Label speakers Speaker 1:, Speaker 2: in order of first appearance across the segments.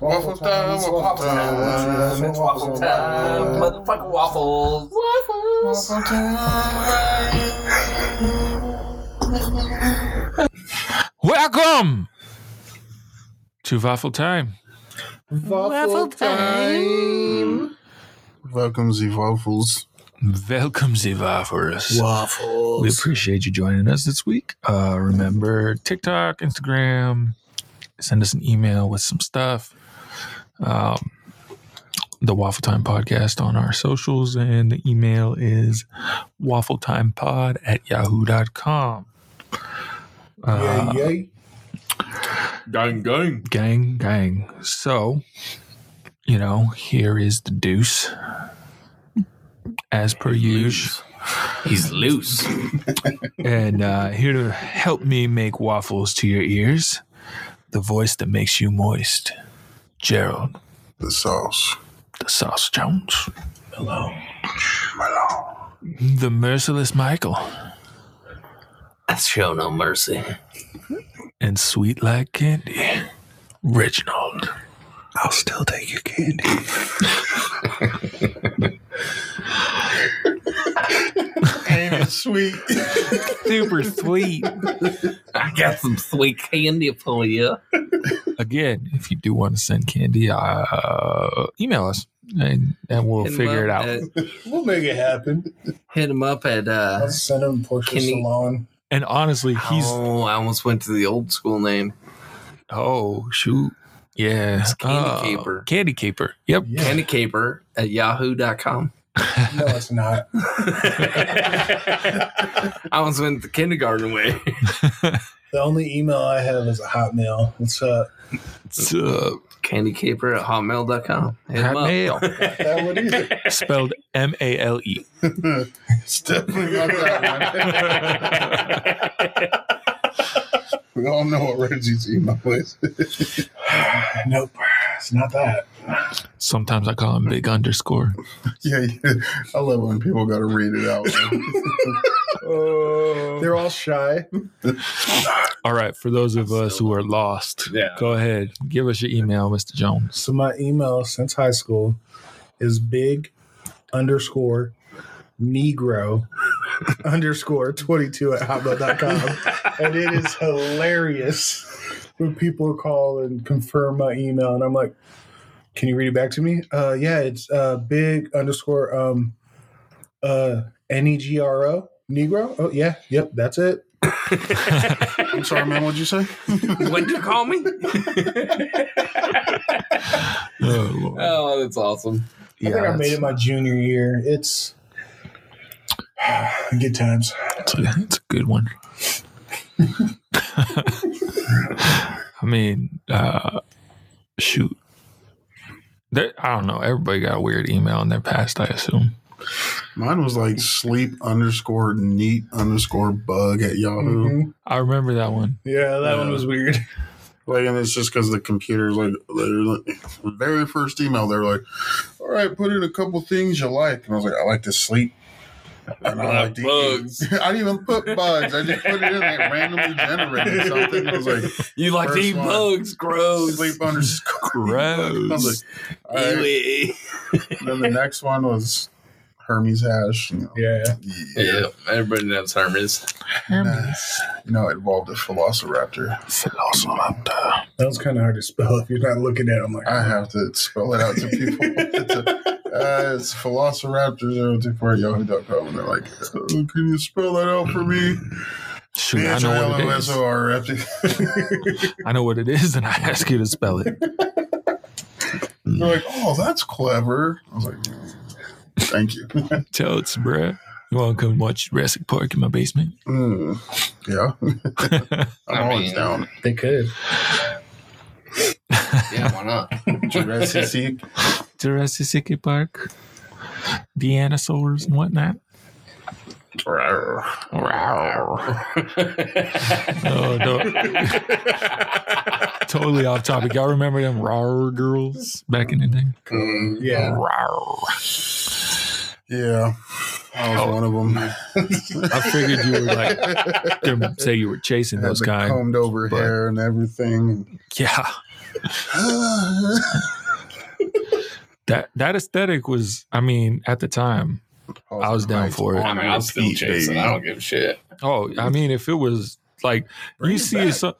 Speaker 1: Waffle time, waffle time, it's waffle time, motherfucking waffles. Waffles. Waffle time.
Speaker 2: Welcome to Waffle Time.
Speaker 3: Waffle time.
Speaker 4: Welcome, the waffles.
Speaker 2: Welcome, the Waffles.
Speaker 4: Waffles.
Speaker 2: We appreciate you joining us this week. Uh, remember TikTok, Instagram, send us an email with some stuff. Um, the Waffle Time Podcast on our socials, and the email is waffletimepod at yahoo.com. Uh,
Speaker 4: yay, yay.
Speaker 1: Gang, gang.
Speaker 2: Gang, gang. So, you know, here is the deuce. As per usual.
Speaker 1: He's loose.
Speaker 2: and uh, here to help me make waffles to your ears, the voice that makes you moist, Gerald
Speaker 4: The sauce.
Speaker 2: the Sauce Jones,
Speaker 1: Hello.
Speaker 4: Melon.
Speaker 2: the merciless Michael,
Speaker 1: I show no mercy.
Speaker 2: and sweet like candy, Reginald.
Speaker 4: I'll still take your candy. Ain't it sweet?
Speaker 2: Super sweet.
Speaker 1: I got some sweet candy for you.
Speaker 2: Again, if you do want to send candy, uh, email us and, and we'll
Speaker 1: Hit 'em
Speaker 2: figure it
Speaker 1: up
Speaker 2: out.
Speaker 1: At,
Speaker 4: we'll make it happen.
Speaker 1: hit him up at. uh
Speaker 5: I'll send him to Porsche
Speaker 1: Can he-
Speaker 5: Salon.
Speaker 2: and honestly, he's
Speaker 1: Oh, I almost went to the old school name.
Speaker 2: oh shoot, yeah, uh,
Speaker 1: It's Candy Caper.
Speaker 2: Candy Caper. Yep.
Speaker 5: Yeah.
Speaker 1: Candy Caper at yahoo.com.
Speaker 5: no, it's not.
Speaker 1: I almost went the kindergarten way.
Speaker 5: The only email I have is a Hotmail. What's up?
Speaker 2: It's, uh,
Speaker 1: Candy Caper at hotmail.com. Hit 'em up.
Speaker 2: Hotmail,
Speaker 5: That one either.
Speaker 2: spelled M A L E.
Speaker 4: it's definitely not that one. we all know what Reggie's email is.
Speaker 5: nope, it's not that.
Speaker 2: Sometimes I call him Big Underscore.
Speaker 4: yeah, yeah, I love when people got to read it out.
Speaker 5: They're all shy.
Speaker 2: All right, for those of us who are lost,
Speaker 1: Yeah.
Speaker 2: go ahead, give us your email, Mr. Jones.
Speaker 5: So my email since high school is big underscore negro underscore 22 at hotmail.com. and it is hilarious when people call and confirm my email. And I'm like, can you read it back to me? Uh, yeah, it's uh, big underscore um, uh, N-E-G-R-O. Negro? Oh, yeah. Yep, that's it.
Speaker 4: I'm sorry, man. What'd you say?
Speaker 1: What'd you call me? oh, that's awesome.
Speaker 5: I think I made it my junior year. It's good times.
Speaker 2: It's a, it's a good one. I mean, uh, shoot. There, I don't know. Everybody got a weird email in their past, I assume.
Speaker 4: Mine was like sleep underscore neat underscore bug at Yahoo.
Speaker 5: Mhm.
Speaker 2: I remember that one.
Speaker 5: Yeah, that one was weird.
Speaker 4: Like, and it's just because the computer's like, they're like- the very first email, they're like, all right, put in a couple things you like. And I was like, I like to sleep. And
Speaker 1: I like
Speaker 4: to eat."
Speaker 1: bugs.
Speaker 4: I didn't even put bugs. I just put it in like randomly generated something. I was like,
Speaker 1: You like to
Speaker 4: First
Speaker 1: eat
Speaker 4: one.
Speaker 1: bugs, gross.
Speaker 4: sleep underscore. I
Speaker 2: Gross.
Speaker 4: was like, all right.
Speaker 1: Ew.
Speaker 4: Then the next one was Hermes hash. You know,
Speaker 5: Yeah.
Speaker 1: Yeah, everybody knows Hermes.
Speaker 4: Hermes. uh, You know, it involved a velociraptor. Velociraptor.
Speaker 5: That was kind of hard to spell if you're not looking at it. I'm like,
Speaker 4: I have to spell it out to people. it's, uh, it's velociraptor024 at yahoo.com. And they're like, "Uh, can you spell that out for me?
Speaker 1: Mm-hmm.
Speaker 2: Shoot, I know what it is.
Speaker 4: B-H-I-L-O-S-O-R-F-T.
Speaker 2: I know what it is, and I ask you to spell it. Mm.
Speaker 4: They're like, oh, that's clever. I was like, "Mm, thank you.
Speaker 2: Totes, bruh. You want to come watch Jurassic Park in my basement?
Speaker 4: Mm, yeah. I'm
Speaker 1: I
Speaker 4: always
Speaker 1: mean-
Speaker 4: down.
Speaker 5: they could.
Speaker 1: Yeah, why not?
Speaker 4: Jurassic Seek.
Speaker 2: Jurassic Park, dinosaurs and whatnot.
Speaker 4: Mm,
Speaker 2: Oh, no. totally off topic. Y'all remember them rawr girls back in the day?
Speaker 4: Mm,
Speaker 5: Yeah.
Speaker 2: Rawr.
Speaker 4: yeah. I
Speaker 2: Oh.
Speaker 4: was one of them.
Speaker 2: I figured you were like, them- say you were chasing
Speaker 4: Had
Speaker 2: those
Speaker 4: the
Speaker 2: kind.
Speaker 4: combed over
Speaker 2: but-
Speaker 4: hair and everything.
Speaker 2: Yeah. That that aesthetic was, I mean, at the time, I was down for it.
Speaker 1: I mean, I'm still chasing. I don't give a shit.
Speaker 2: Oh, I mean, if it was like
Speaker 4: Bring
Speaker 2: you
Speaker 4: it
Speaker 2: see,
Speaker 4: back.
Speaker 2: some,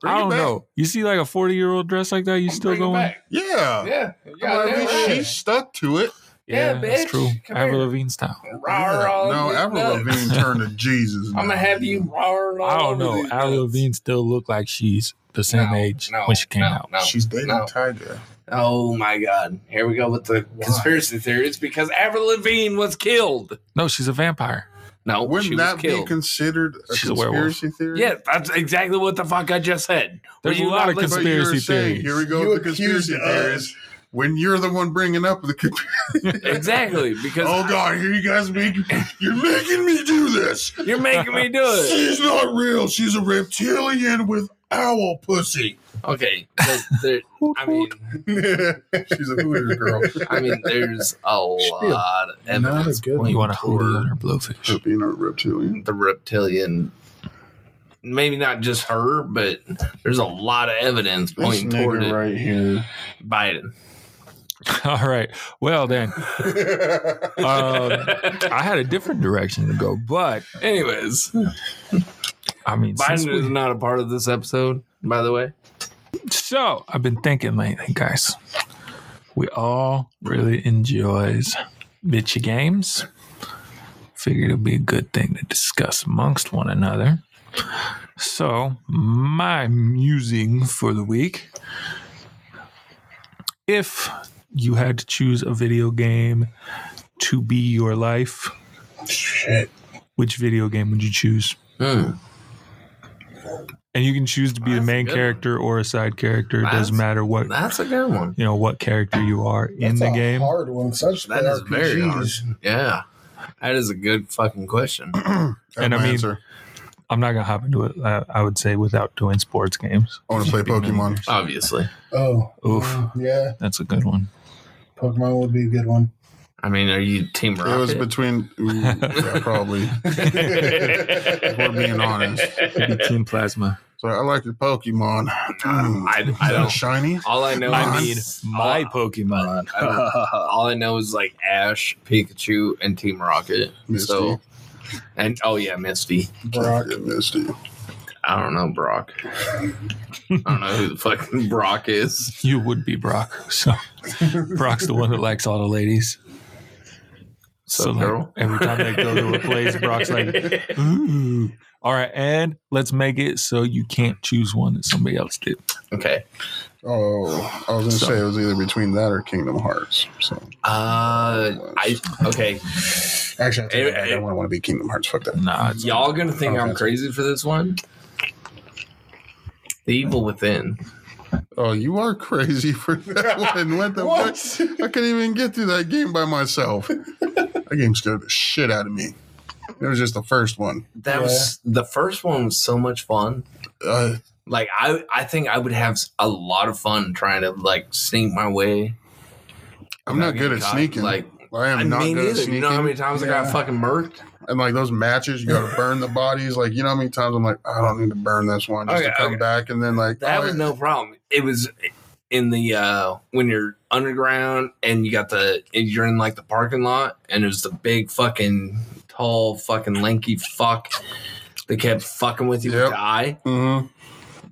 Speaker 4: Bring
Speaker 2: I
Speaker 4: it
Speaker 2: don't
Speaker 4: back.
Speaker 2: know. You see like a forty year old dress like that, you still
Speaker 1: Bring it
Speaker 2: going?
Speaker 1: back.
Speaker 4: Yeah. yeah.
Speaker 1: Yeah.
Speaker 4: Well,
Speaker 1: goddamn
Speaker 4: at least
Speaker 1: right.
Speaker 4: she stuck to it.
Speaker 1: Yeah, bitch.
Speaker 2: that's true.
Speaker 1: Come
Speaker 2: Avril
Speaker 1: here.
Speaker 2: Lavigne style.
Speaker 4: Yeah.
Speaker 1: Rawr all
Speaker 4: No,
Speaker 1: these
Speaker 4: Avril
Speaker 1: nuts.
Speaker 4: Lavigne turned to Jesus.
Speaker 1: I'm
Speaker 4: now.
Speaker 1: gonna have you rawr all
Speaker 2: I don't
Speaker 1: over
Speaker 2: know.
Speaker 1: these
Speaker 2: Avril
Speaker 1: nuts.
Speaker 2: Lavigne still looked like she's the same
Speaker 1: No,
Speaker 2: age
Speaker 1: no,
Speaker 2: when she came
Speaker 1: no,
Speaker 2: out.
Speaker 1: no.
Speaker 4: She's dating
Speaker 1: No.
Speaker 4: Tiger.
Speaker 1: Oh my god. Here we go with the conspiracy theory. It's because Avril Lavigne was killed.
Speaker 2: No, she's a vampire.
Speaker 1: No, Oh, she
Speaker 4: Wouldn't
Speaker 1: was
Speaker 4: that be
Speaker 1: killed.
Speaker 4: considered a
Speaker 2: She's a werewolf.
Speaker 4: conspiracy theory?
Speaker 1: yeah, that's exactly what the fuck I just said.
Speaker 2: There's
Speaker 1: Were
Speaker 2: a
Speaker 1: you
Speaker 2: lot
Speaker 1: not
Speaker 2: of
Speaker 1: listening?
Speaker 4: But you're
Speaker 2: conspiracy
Speaker 4: saying, Here we go
Speaker 2: theories.
Speaker 5: You
Speaker 4: with the
Speaker 5: accused
Speaker 4: conspiracy
Speaker 5: us.
Speaker 4: theories. When you're the one bringing up the conspiracy
Speaker 1: Exactly, because
Speaker 4: Oh God! Here you guys make you're making me do this.
Speaker 1: you're making me do it.
Speaker 4: She's not real. She's a reptilian with owl pussy.
Speaker 1: Okay, there- there- I mean,
Speaker 4: She's a Hooters girl.
Speaker 1: I mean, there's a lot of
Speaker 5: Not a
Speaker 1: evidence.
Speaker 5: good
Speaker 2: You
Speaker 5: one.
Speaker 2: want to hold
Speaker 4: Or-
Speaker 2: on her blowfish?
Speaker 4: Happy not reptilian.
Speaker 1: The reptilian, maybe not just her, but there's a lot of evidence
Speaker 4: This
Speaker 1: pointing toward
Speaker 4: nigga
Speaker 1: it.
Speaker 4: right here.
Speaker 1: Biden.
Speaker 2: All right. Well then, um, I had a different direction to go, but
Speaker 1: Anyways,
Speaker 2: I mean, since
Speaker 1: Biden
Speaker 2: we-
Speaker 1: is not a part of this episode, by the way.
Speaker 2: So I've been thinking lately, guys. We all really enjoys bitchy games. Figured it'd be a good thing to discuss amongst one another. So my musing for the week: if you had to choose a video game to be your life,
Speaker 4: Shit.
Speaker 2: which video game would you choose?
Speaker 4: Hmm.
Speaker 2: And you can choose to be the
Speaker 1: That's a
Speaker 2: main
Speaker 1: good one.
Speaker 2: character or a side character. It doesn't
Speaker 1: That's-
Speaker 2: matter what
Speaker 1: That's a good one.
Speaker 2: you know what character you are in
Speaker 5: That's
Speaker 2: the
Speaker 5: a
Speaker 2: game.
Speaker 5: Hard one. Such
Speaker 1: That is very hard.
Speaker 5: RPGs.
Speaker 1: Yeah. That is a good fucking question.
Speaker 2: And I mean- I'm not gonna hop into it. I, I would say without doing sports games.
Speaker 4: I want to play Pokemon.
Speaker 1: Obviously.
Speaker 5: Oh,
Speaker 2: Oof,
Speaker 5: mm, yeah.
Speaker 2: that's a good one.
Speaker 5: Pokemon would be a good one.
Speaker 1: I mean, are you Team
Speaker 4: It was
Speaker 1: Rocket?
Speaker 4: between ooh, yeah, probably. if we're being honest,
Speaker 2: Team Plasma.
Speaker 4: so I like your Pokemon. Hmm.
Speaker 1: I- I
Speaker 4: Is that
Speaker 1: don't-
Speaker 4: shiny.
Speaker 1: all I know
Speaker 2: I
Speaker 1: is
Speaker 2: mean, my Pokemon.
Speaker 1: I don't- all I know is like Ash, Pikachu, and Team Rocket.
Speaker 4: Misty.
Speaker 1: So and oh yeah, Misty.
Speaker 5: Brock.
Speaker 4: Yeah, Misty.
Speaker 1: I don't know Brock. I don't know who the fucking Brock is.
Speaker 2: You would be Brock. So Brock's the one that likes all the ladies. So
Speaker 1: Sup,
Speaker 2: like,
Speaker 1: girl?
Speaker 2: every time they go to a place, Brock's like, "Ooh." All right, and let's make it so you can't choose one that somebody else did.
Speaker 1: Okay.
Speaker 4: Oh, I was gonna
Speaker 2: So-
Speaker 4: say it was either between that or Kingdom Hearts. So
Speaker 1: Uh I okay.
Speaker 4: actually, I, take it back. I
Speaker 1: Eh, eh.
Speaker 4: don't want to be Kingdom Hearts. Fuck that.
Speaker 2: Nah, it's,
Speaker 1: Y'all gonna think I'm
Speaker 4: Okay.
Speaker 1: crazy for this one? The Evil Within.
Speaker 4: Oh, you are crazy for that one. What the
Speaker 5: What?
Speaker 4: fuck? I couldn't even get through that game by myself. that game scared the shit out of me. It was just the first one.
Speaker 1: That was the first one was so much fun.
Speaker 4: Uh,
Speaker 1: Like I, I think I would have a lot of fun trying to like sneak my way.
Speaker 4: I'm not good at
Speaker 1: Caught.
Speaker 4: sneaking.
Speaker 1: Like
Speaker 4: I am
Speaker 1: I
Speaker 4: not
Speaker 1: mean,
Speaker 4: good at
Speaker 1: neither.
Speaker 4: sneaking.
Speaker 1: You know how many times I
Speaker 5: Yeah.
Speaker 1: got fucking murked?
Speaker 4: and like those matches, you got to burn the bodies. Like you know how many times I'm like, I don't need to burn this one just
Speaker 1: Okay,
Speaker 4: to come
Speaker 1: okay.
Speaker 4: back, and then like
Speaker 1: oh, That
Speaker 4: oh,
Speaker 1: was no problem. It was in the uh when you're underground and you got the and you're in like the parking lot and it was the big fucking tall fucking lanky fuck that kept fucking with you
Speaker 4: Yep.
Speaker 1: with the eye.
Speaker 4: mhm.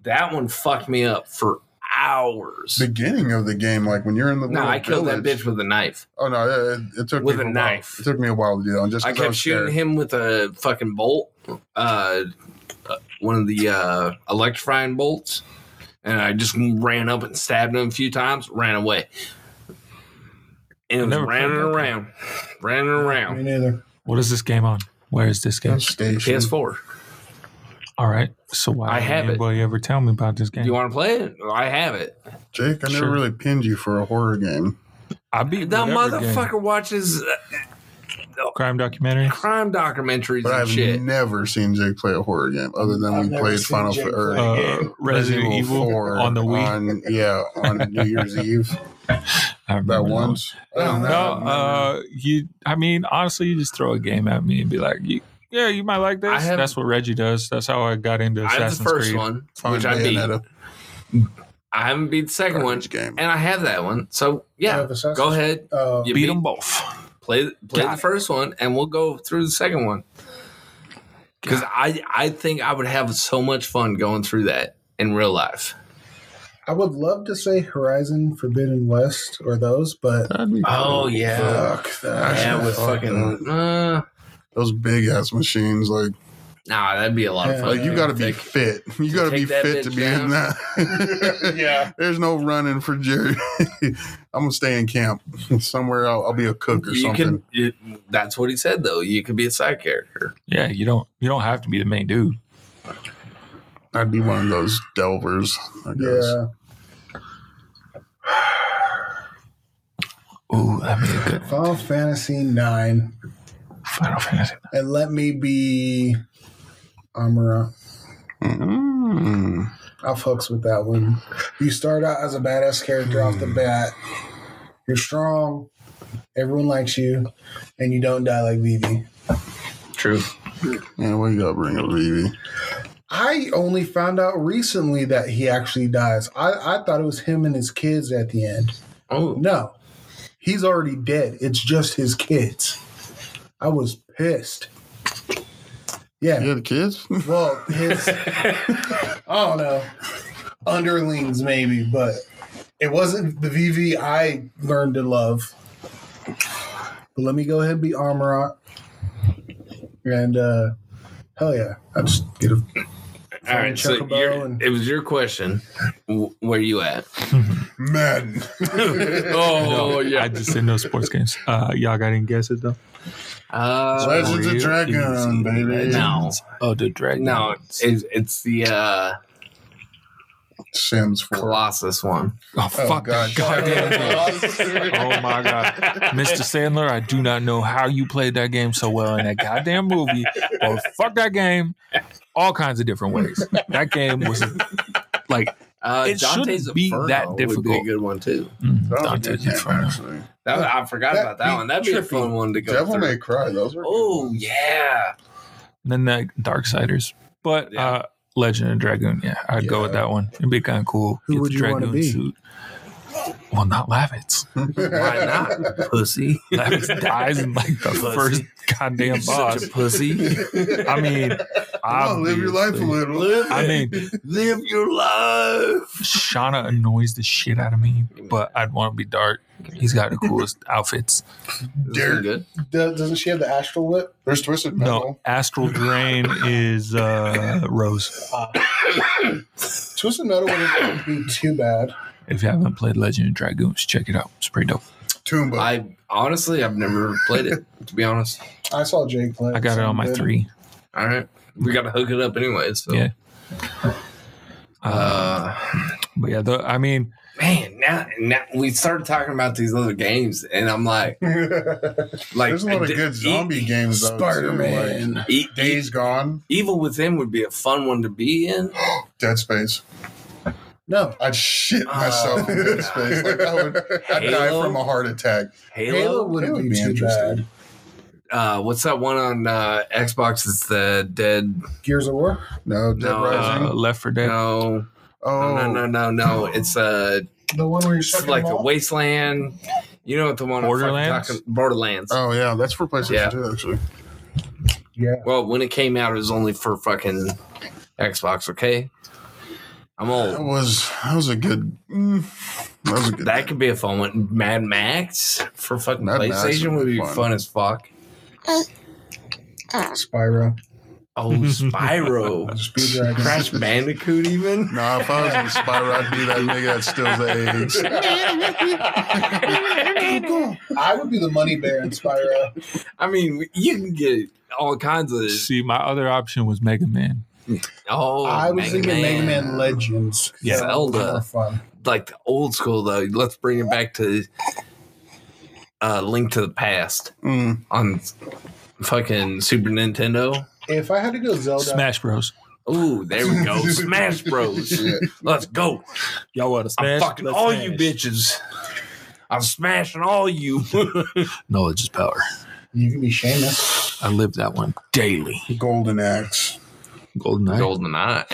Speaker 1: That one fucked me up for hours.
Speaker 4: beginning of the game. Like when you're in the
Speaker 1: No,
Speaker 4: little
Speaker 1: I killed that
Speaker 4: village.
Speaker 1: bitch with a knife.
Speaker 4: Oh no, it, it- it took
Speaker 1: With
Speaker 4: me
Speaker 1: a
Speaker 4: while.
Speaker 1: knife.
Speaker 4: It took me a while to do that. One, just
Speaker 1: I
Speaker 4: 'cause
Speaker 1: kept
Speaker 4: was
Speaker 1: shooting
Speaker 4: scared.
Speaker 1: him with a fucking bolt, uh, uh, one of the uh, electrifying bolts, and I just ran up and stabbed him a few times, ran away, and
Speaker 2: I
Speaker 1: it was
Speaker 2: never
Speaker 1: ran and
Speaker 2: played that
Speaker 1: around, ran and
Speaker 5: Me
Speaker 1: around.
Speaker 5: neither.
Speaker 2: what is this game on? Where is this game?
Speaker 4: Station.
Speaker 1: PS4.
Speaker 2: All right. So why
Speaker 1: I
Speaker 2: didn't
Speaker 1: have it.
Speaker 2: anybody ever tell me about this game?
Speaker 1: You want to play it? I have it.
Speaker 4: Jake, I never
Speaker 2: Sure.
Speaker 4: really pinned you for a horror game.
Speaker 2: I beat
Speaker 1: The
Speaker 2: whatever game.
Speaker 1: motherfucker watches uh,
Speaker 2: crime documentary.
Speaker 1: crime documentaries
Speaker 4: But
Speaker 1: and
Speaker 4: I've
Speaker 1: shit.
Speaker 4: never seen Jake play a horror game other than
Speaker 5: I've
Speaker 4: we
Speaker 5: never
Speaker 4: played
Speaker 5: seen
Speaker 4: Final
Speaker 5: Jake
Speaker 4: Fantasy.
Speaker 5: play a game.
Speaker 2: Uh, Resident Evil on the Wii.
Speaker 4: on- yeah, on New Year's Eve.
Speaker 2: I remember
Speaker 4: That
Speaker 2: one.
Speaker 4: once.
Speaker 1: No,
Speaker 2: No, uh, you. I mean, honestly, you just throw a game at me and be like, you, "Yeah, you might like this."
Speaker 1: I have-
Speaker 2: That's what Reggie does. That's how I got into
Speaker 1: I have
Speaker 2: Assassin's
Speaker 1: the first
Speaker 2: Creed.
Speaker 1: one,
Speaker 4: Fine,
Speaker 1: which I beat.
Speaker 4: Bayonetta.
Speaker 1: I haven't beat the second one,
Speaker 4: Garbage game.
Speaker 1: and I have that one. So yeah, go ahead.
Speaker 5: Uh,
Speaker 1: You
Speaker 2: Beat
Speaker 1: beat-
Speaker 2: them both.
Speaker 1: Play play
Speaker 2: Got
Speaker 1: the first one, and we'll go through the second one. Because I I think I would have so much fun going through that in real life.
Speaker 5: I would love to say Horizon Forbidden West or those, but
Speaker 2: That'd be cool.
Speaker 1: yeah,
Speaker 4: Fuck that.
Speaker 1: yeah, with
Speaker 4: Fuck
Speaker 1: fucking.
Speaker 4: that.
Speaker 1: Uh,
Speaker 4: those big ass machines. Like,
Speaker 1: nah, that'd be a lot of
Speaker 5: Yeah.
Speaker 1: fun.
Speaker 4: like you got to be
Speaker 1: Uh, Take-
Speaker 4: fit. You got to be
Speaker 1: take that
Speaker 4: fit to
Speaker 1: bitch
Speaker 4: be in
Speaker 1: down.
Speaker 4: that.
Speaker 5: yeah,
Speaker 4: There's no running for Jerry. I'm gonna stay in camp somewhere. I'll, I'll be a cook or
Speaker 1: you
Speaker 4: something.
Speaker 1: can. You, that's what he said though. You could be a side character.
Speaker 2: Yeah, you don't you don't have to be the main dude.
Speaker 4: I'd be one of those delvers. I guess.
Speaker 5: yeah.
Speaker 2: Ooh, that'd be a good
Speaker 5: Final Fantasy Nine,
Speaker 2: Final Fantasy.
Speaker 5: and let me be Amara.
Speaker 4: Mm.
Speaker 5: I fucks with that one. You start out as a badass character off the bat. You're strong. Everyone likes you, and you don't die like Vivi.
Speaker 1: True.
Speaker 4: Man, what you gotta bring up, Vivi?
Speaker 5: I only found out recently that he actually dies. I, I thought it was him and his kids at the end.
Speaker 1: Oh,
Speaker 5: No, he's already dead. It's just his kids. I was pissed. Yeah.
Speaker 4: Yeah, the kids.
Speaker 5: Well, his, I don't know, underlings maybe, but it wasn't the VV I learned to love. But let me go ahead and be Armorat. And uh, hell yeah, I just get a
Speaker 1: all right. So
Speaker 5: Chocobo
Speaker 1: you're-
Speaker 5: and-
Speaker 1: it was your question. W- Where you at?
Speaker 4: Madden.
Speaker 1: oh yeah.
Speaker 2: I just said no sports games. Uh, y'all got any guesses though?
Speaker 1: Uh,
Speaker 4: Legends of
Speaker 2: real
Speaker 4: Dragon,
Speaker 2: easy.
Speaker 4: baby.
Speaker 1: no,
Speaker 2: Oh, the dragon.
Speaker 1: no, it's, it's the uh,
Speaker 4: Sims 4.
Speaker 1: Colossus one.
Speaker 2: Oh, fuck that goddamn game. Oh my god, Mr. Sandler, I do not know how you played that game so well in that goddamn movie. But fuck that game, all kinds of different ways. That game was mm, like
Speaker 1: Uh,
Speaker 2: It
Speaker 1: Dante's
Speaker 2: shouldn't be
Speaker 1: Inferno
Speaker 2: that
Speaker 1: Would be a
Speaker 2: difficult.
Speaker 1: good one too.
Speaker 2: mm,
Speaker 4: That was a
Speaker 2: Dante's
Speaker 4: good game,
Speaker 2: Inferno.
Speaker 4: actually.
Speaker 1: That, I forgot
Speaker 5: That'd
Speaker 1: about that
Speaker 5: be
Speaker 1: one. That'd be a
Speaker 5: trippy.
Speaker 1: fun one to go.
Speaker 4: Devil
Speaker 1: through.
Speaker 4: May Cry. Those were.
Speaker 1: Oh yeah,
Speaker 2: And then that Darksiders, but
Speaker 1: Yeah.
Speaker 2: uh, Legend of Dragoon. Yeah, I'd go with that one. It'd be kind of cool.
Speaker 5: Who
Speaker 2: Get
Speaker 5: would
Speaker 2: the
Speaker 5: you wanna
Speaker 2: Dragoon
Speaker 5: be?
Speaker 2: suit. Well, not Lavitz.
Speaker 1: Oh, why not, pussy?
Speaker 2: Lavitz dies in like the
Speaker 1: Pussy.
Speaker 2: first goddamn
Speaker 1: You're
Speaker 2: boss.
Speaker 1: such a pussy.
Speaker 2: I mean,
Speaker 4: Come on, live your life a
Speaker 2: obviously.
Speaker 4: little.
Speaker 2: I mean,
Speaker 1: Live your life.
Speaker 2: Shauna annoys the shit out of me, but I'd want to be Dart. He's got the coolest outfits.
Speaker 4: Derek.
Speaker 1: Good.
Speaker 5: Does, doesn't she have the astral whip?
Speaker 4: There's Twisted
Speaker 2: No,
Speaker 4: Metal.
Speaker 2: Astral Drain is uh, Rose.
Speaker 5: Ah. Twisted Metal wouldn't be too bad.
Speaker 2: If you haven't played Legend of Dragoons, check it out. It's pretty dope.
Speaker 4: Tumba.
Speaker 1: I honestly, I've never played it. To be honest,
Speaker 5: I saw Jake play.
Speaker 2: I got it on my
Speaker 5: Good.
Speaker 2: three.
Speaker 1: all right, we got to hook it up anyway. So
Speaker 2: Yeah. Uh,
Speaker 1: Uh,
Speaker 2: but yeah, the, I mean,
Speaker 1: man, now, now we started talking about these other games, and I'm like, like
Speaker 4: There's a lot of
Speaker 1: d-
Speaker 4: good zombie
Speaker 1: E-
Speaker 4: games, though. too,
Speaker 5: Spider-Man.
Speaker 4: like
Speaker 1: E- E-
Speaker 4: Days Gone,
Speaker 1: Evil Within would be a fun one to be in.
Speaker 4: Dead Space.
Speaker 5: No,
Speaker 4: I'd shit
Speaker 1: Oh,
Speaker 4: myself in Dead
Speaker 1: God.
Speaker 4: Space. Like, I would, I'd die
Speaker 1: Halo?
Speaker 4: from a heart attack.
Speaker 1: Halo.
Speaker 5: Halo
Speaker 4: That
Speaker 5: wouldn't
Speaker 4: would
Speaker 5: be,
Speaker 4: be
Speaker 5: too
Speaker 4: interesting.
Speaker 5: bad.
Speaker 1: Uh, what's that one on uh, Xbox? It's the Dead.
Speaker 5: Gears of War.
Speaker 4: No, Dead
Speaker 1: No,
Speaker 4: Rising.
Speaker 2: uh, Left for Dead.
Speaker 1: No,
Speaker 4: oh,
Speaker 1: no, no, no, no, no. It's uh,
Speaker 5: The one where you're
Speaker 1: it's
Speaker 5: sucking
Speaker 1: like
Speaker 5: them
Speaker 1: the
Speaker 5: all?
Speaker 1: Wasteland. You know what the one? I'm fucking
Speaker 2: Borderlands?
Speaker 1: talking- Borderlands.
Speaker 4: oh yeah, that's for PlayStation
Speaker 1: Yeah.
Speaker 4: 2, actually.
Speaker 5: Yeah.
Speaker 1: Well, when it came out, it was only for fucking Xbox. Okay, I'm
Speaker 4: That
Speaker 1: old.
Speaker 4: was that was a good. Mm, that was a good.
Speaker 1: That could be a fun one. Mad Max for fucking
Speaker 4: Mad Max
Speaker 1: PlayStation
Speaker 4: would
Speaker 1: would
Speaker 4: be
Speaker 1: be
Speaker 4: fun.
Speaker 1: fun. as fuck.
Speaker 5: Spyro.
Speaker 1: Oh, Spyro,
Speaker 5: Speed Dragon.
Speaker 1: Crash Bandicoot, even.
Speaker 4: Nah, if I was in Spyro, I'd be that nigga that steals the eggs.
Speaker 5: I would be the money bear in Spyro.
Speaker 1: I mean, you can get all kinds of.
Speaker 2: See, my other option was Mega Man.
Speaker 1: Oh,
Speaker 5: I was
Speaker 1: Mega
Speaker 5: thinking Mega
Speaker 1: Man.
Speaker 5: Man Legends.
Speaker 2: Yeah.
Speaker 5: That would be
Speaker 1: Zelda.
Speaker 5: more Fun.
Speaker 1: like the old school though. Let's bring it back to uh Link to the Past
Speaker 4: Mm,
Speaker 1: on fucking Super Nintendo.
Speaker 5: If I had to go Zelda,
Speaker 2: Smash Bros.
Speaker 1: Ooh, there we go. Smash Bros.
Speaker 4: shit.
Speaker 1: Let's go.
Speaker 2: Y'all want to
Speaker 1: I'm fucking all you bitches. I'm smashing all you.
Speaker 2: Knowledge is power.
Speaker 5: you can be Seamus.
Speaker 2: I live that one daily.
Speaker 4: Golden Axe.
Speaker 2: Golden Eye.
Speaker 1: Golden Eye.